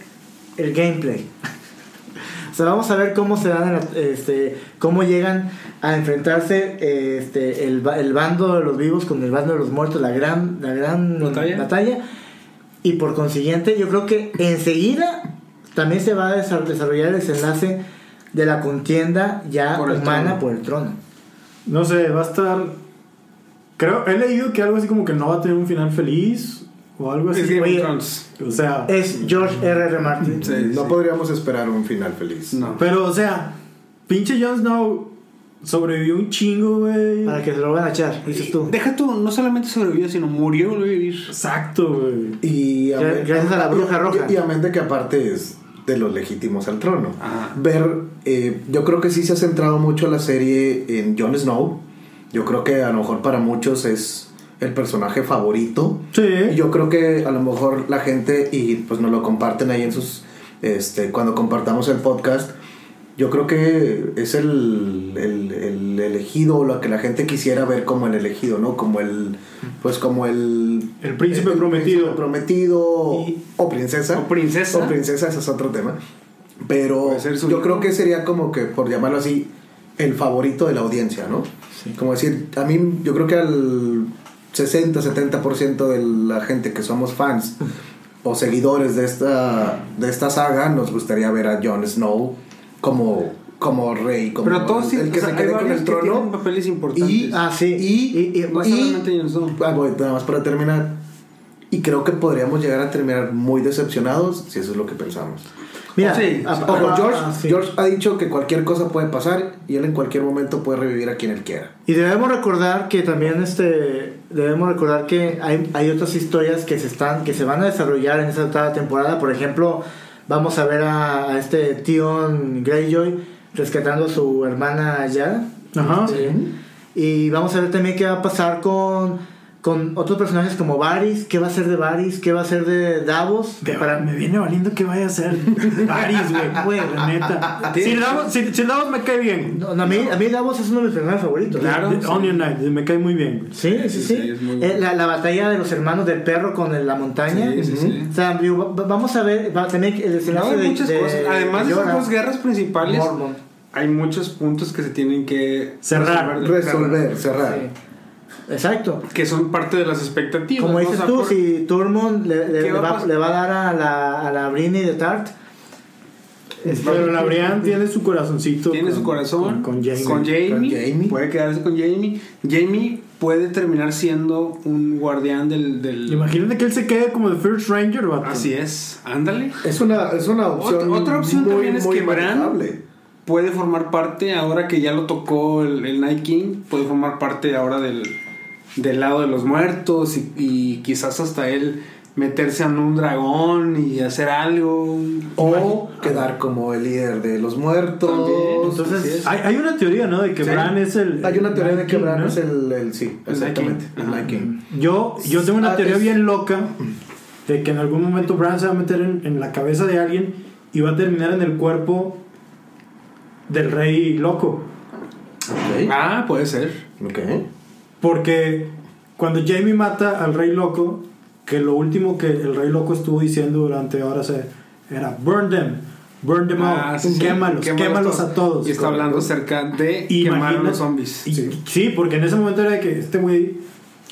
Speaker 4: el gameplay. o sea, vamos a ver cómo se dan, en la- este, cómo llegan a enfrentarse eh, este, el, ba- el bando de los vivos con el bando de los muertos, la gran, la gran
Speaker 5: Batalla.
Speaker 4: Y por consiguiente, yo creo que enseguida también se va a desa- desarrollar el desenlace de la contienda ya
Speaker 5: Por el
Speaker 4: humana
Speaker 5: trono.
Speaker 4: por el trono.
Speaker 2: no sé, va a estar. Creo, he leído que algo así como que no va a tener un final feliz o algo así.
Speaker 5: Es Game
Speaker 2: güey.
Speaker 5: of Thrones.
Speaker 2: O sea,
Speaker 4: Es George R.R. Martin.
Speaker 5: Sí,
Speaker 3: No
Speaker 5: sí.
Speaker 3: podríamos esperar un final feliz.
Speaker 5: No.
Speaker 2: pero o sea, pinche Jon Snow sobrevivió un chingo, güey.
Speaker 4: Para que se lo van a echar, dices tú.
Speaker 5: Deja tú, no solamente sobrevivió, sino murió volvió a vivir.
Speaker 2: Exacto, güey.
Speaker 3: Y
Speaker 4: Gra- gracias a la bruja
Speaker 3: y-
Speaker 4: roja.
Speaker 3: Y, y amén de que aparte es de los legítimos al trono.
Speaker 5: Ajá.
Speaker 3: Ver, eh, yo creo que sí se ha centrado mucho la serie en Jon Snow. Yo creo que a lo mejor para muchos es el personaje favorito. Y
Speaker 2: Sí.
Speaker 3: Yo creo que a lo mejor la gente, y pues nos lo comparten ahí en sus, este, cuando compartamos el podcast, yo creo que es el, el, el elegido, o lo que la gente quisiera ver como el elegido, ¿no? Como el, pues como el...
Speaker 2: El príncipe prometido.
Speaker 3: príncipe prometido,
Speaker 5: Y-
Speaker 3: o princesa.
Speaker 5: o princesa.
Speaker 3: O princesa, ese es otro tema. Pero
Speaker 5: Puede ser su
Speaker 3: yo
Speaker 5: hijo.
Speaker 3: creo que sería como que, por llamarlo así, el favorito de la audiencia, ¿no? Como decir, a mí yo creo que al 60-70% de la gente que somos fans o seguidores de esta, de esta saga nos gustaría ver a Jon Snow como, como rey, como
Speaker 5: Pero todos
Speaker 3: el, el
Speaker 5: sí,
Speaker 3: que
Speaker 5: o sea,
Speaker 3: se
Speaker 5: hay
Speaker 3: quede con
Speaker 5: varios
Speaker 3: el
Speaker 5: que tienen
Speaker 3: trono.
Speaker 5: papeles importantes.
Speaker 3: Y-
Speaker 4: Ah, sí.
Speaker 3: Y-
Speaker 4: y, y-
Speaker 5: no
Speaker 3: y-
Speaker 5: solamente Jon Snow.
Speaker 3: Ah, voy, nada más para terminar. Y creo que podríamos llegar a terminar muy decepcionados si eso es lo que pensamos.
Speaker 4: mira,
Speaker 5: Sí,
Speaker 4: a-
Speaker 5: sí.
Speaker 4: a-
Speaker 3: Ojo,
Speaker 4: a-
Speaker 3: George,
Speaker 4: ah, sí.
Speaker 3: George ha dicho que cualquier cosa puede pasar y él en cualquier momento puede revivir a quien él quiera.
Speaker 4: Y debemos recordar que también este debemos recordar que hay, hay otras historias que se están que se van a desarrollar en esta octava temporada, por ejemplo, vamos a ver a, a este Tion Greyjoy rescatando a su hermana Yara
Speaker 2: Ajá.
Speaker 4: y vamos a ver también qué va a pasar con con otros personajes como Varys, qué va a ser de Varys, qué va a ser de Davos,
Speaker 2: Te-
Speaker 4: para
Speaker 2: me viene valiendo que vaya a ser Paris, güey. Güey, la neta. Si Davos, si, si Davos me cae bien.
Speaker 4: No, no, a, mí, a mí Davos es uno de mis personajes favoritos.
Speaker 5: Claro.
Speaker 2: The Onion Knight, me cae muy bien. güey.
Speaker 4: Sí, sí, sí.
Speaker 5: Sí, sí, es muy
Speaker 4: Eh,
Speaker 5: bueno.
Speaker 4: la, la batalla de los hermanos del perro con el- la montaña.
Speaker 5: Sí, sí, sí.
Speaker 4: O sea, digo, va- va- vamos a ver, va a tener el
Speaker 5: No,
Speaker 4: desenlace
Speaker 5: hay
Speaker 4: de,
Speaker 5: muchas
Speaker 4: de-
Speaker 5: cosas. Además de esas
Speaker 4: Jorah,
Speaker 5: dos guerras principales,
Speaker 4: Mormont.
Speaker 5: hay muchos puntos que se tienen que
Speaker 2: Cerrar,
Speaker 5: de-
Speaker 3: Resolver, cerrar.
Speaker 4: Sí. Exacto.
Speaker 5: Que son parte de las expectativas.
Speaker 4: Como
Speaker 5: ¿no?
Speaker 4: dices
Speaker 5: O sea,
Speaker 4: tú,
Speaker 5: por-
Speaker 4: si Turmond le, le-
Speaker 5: ¿Qué
Speaker 4: le
Speaker 5: va a
Speaker 4: va,
Speaker 5: pasar?
Speaker 4: le va a dar a la, a la Brini de Tart. este,
Speaker 2: Pero la Brian tiene su corazoncito.
Speaker 5: Tiene
Speaker 2: con-
Speaker 5: su corazón
Speaker 2: Con, con Jaime.
Speaker 5: con Jamie,
Speaker 3: Con Jamie.
Speaker 5: Puede quedarse con Jamie. Jamie puede terminar siendo un guardián del. del...
Speaker 2: Imagínate que él se quede como The First Ranger, vato.
Speaker 5: Así es. Ándale.
Speaker 3: Es una, es una opción.
Speaker 5: Otra- otra opción
Speaker 3: muy,
Speaker 5: también es
Speaker 3: muy
Speaker 5: que Bran-
Speaker 3: manejable.
Speaker 5: Puede formar parte, ahora que ya lo tocó el, el Night King, puede formar parte ahora del, del lado de los muertos y, y quizás hasta él meterse en un dragón y hacer algo.
Speaker 3: O quedar como el líder de los muertos.
Speaker 5: También, ah,
Speaker 2: Entonces,
Speaker 5: Así es.
Speaker 2: hay, hay una teoría, ¿no? De que
Speaker 5: Sí.
Speaker 2: Bran es el.
Speaker 3: Hay una teoría de
Speaker 2: Night
Speaker 3: que
Speaker 2: King,
Speaker 3: Bran
Speaker 2: ¿no?
Speaker 3: es el, el- sí,
Speaker 5: El Night King.
Speaker 3: exactamente, el
Speaker 5: Ajá.
Speaker 3: Night King.
Speaker 2: Yo, yo tengo una
Speaker 3: Ah,
Speaker 2: teoría
Speaker 3: es-
Speaker 2: bien loca de que en algún momento Bran se va a meter en, en la cabeza de alguien y va a terminar en el cuerpo del rey loco.
Speaker 3: Ok.
Speaker 5: Ah, puede ser.
Speaker 3: Ok.
Speaker 2: Porque cuando Jamie mata al rey loco, que lo último que el rey loco estuvo diciendo durante horas eh, era burn them, burn them out,
Speaker 5: Ah, sí, sí.
Speaker 2: quémalos, quémalos a todos.
Speaker 5: Y está hablando acerca de
Speaker 2: Imagina-
Speaker 5: quemar a los zombies.
Speaker 2: Y- sí. porque en ese momento era de que este güey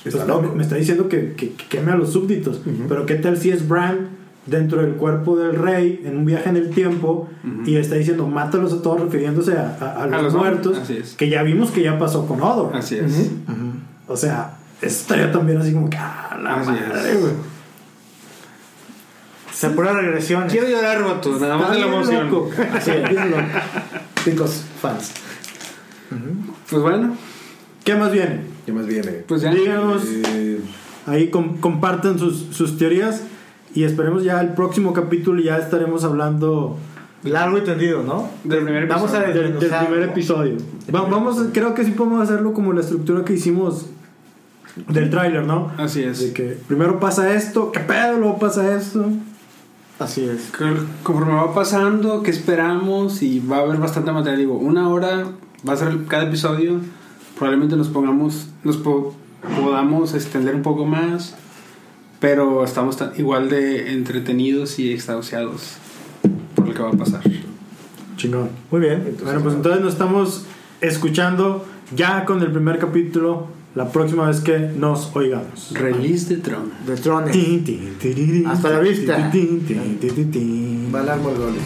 Speaker 2: pues,
Speaker 3: Está
Speaker 2: me-
Speaker 3: loco.
Speaker 2: me está diciendo que, que- que queme a los súbditos. Pero qué tal si es Bran dentro del cuerpo del rey en un viaje en el tiempo y está diciendo mátalos a todos refiriéndose a, a- a los,
Speaker 5: los
Speaker 2: muertos,
Speaker 5: zombies, así es.
Speaker 2: que ya vimos que ya pasó con Odor.
Speaker 5: Así es.
Speaker 2: O sea, eso estaría también así como que ah, la
Speaker 5: Así
Speaker 2: madre,
Speaker 5: es.
Speaker 2: güey.
Speaker 4: Se pura regresión.
Speaker 5: Quiero llorar roto, nada más de la
Speaker 2: Está bien
Speaker 5: emoción.
Speaker 2: loco. Así es, bien loco.
Speaker 3: Chicos, fans.
Speaker 5: Pues bueno,
Speaker 2: ¿Qué más viene?
Speaker 3: ¿Qué más viene?
Speaker 5: pues ya.
Speaker 2: Díganos
Speaker 3: Eh,
Speaker 2: Ahí com- compartan sus, sus teorías y esperemos ya el próximo capítulo ya estaremos hablando
Speaker 4: Largo y tendido, ¿no?
Speaker 5: Del primer
Speaker 4: Vamos
Speaker 5: episodio.
Speaker 4: a
Speaker 2: del, del
Speaker 4: desmenuzar.
Speaker 2: primer episodio. Va- vamos, creo que sí podemos hacerlo como la estructura que hicimos del tráiler, ¿no?
Speaker 5: Así
Speaker 2: De
Speaker 5: es.
Speaker 2: que primero pasa esto, qué pedo, luego pasa esto.
Speaker 4: Así es.
Speaker 5: Creo- Conforme va pasando, qué esperamos y va a haber bastante material. Digo, una hora va a ser cada episodio. Probablemente nos pongamos, nos po- podamos extender un poco más, pero estamos tan- igual de entretenidos y extasiados por lo que va a pasar.
Speaker 2: Chingón.
Speaker 4: Muy bien.
Speaker 2: Bueno, pues entonces nos estamos escuchando ya con el primer capítulo la próxima vez que nos oigamos.
Speaker 5: Release de Tron.
Speaker 4: De Trones.
Speaker 2: Tin, tin, tirirín,
Speaker 4: Hasta la vista.
Speaker 2: tin, tin, tin, tin, tin.
Speaker 3: Valar Morgolis.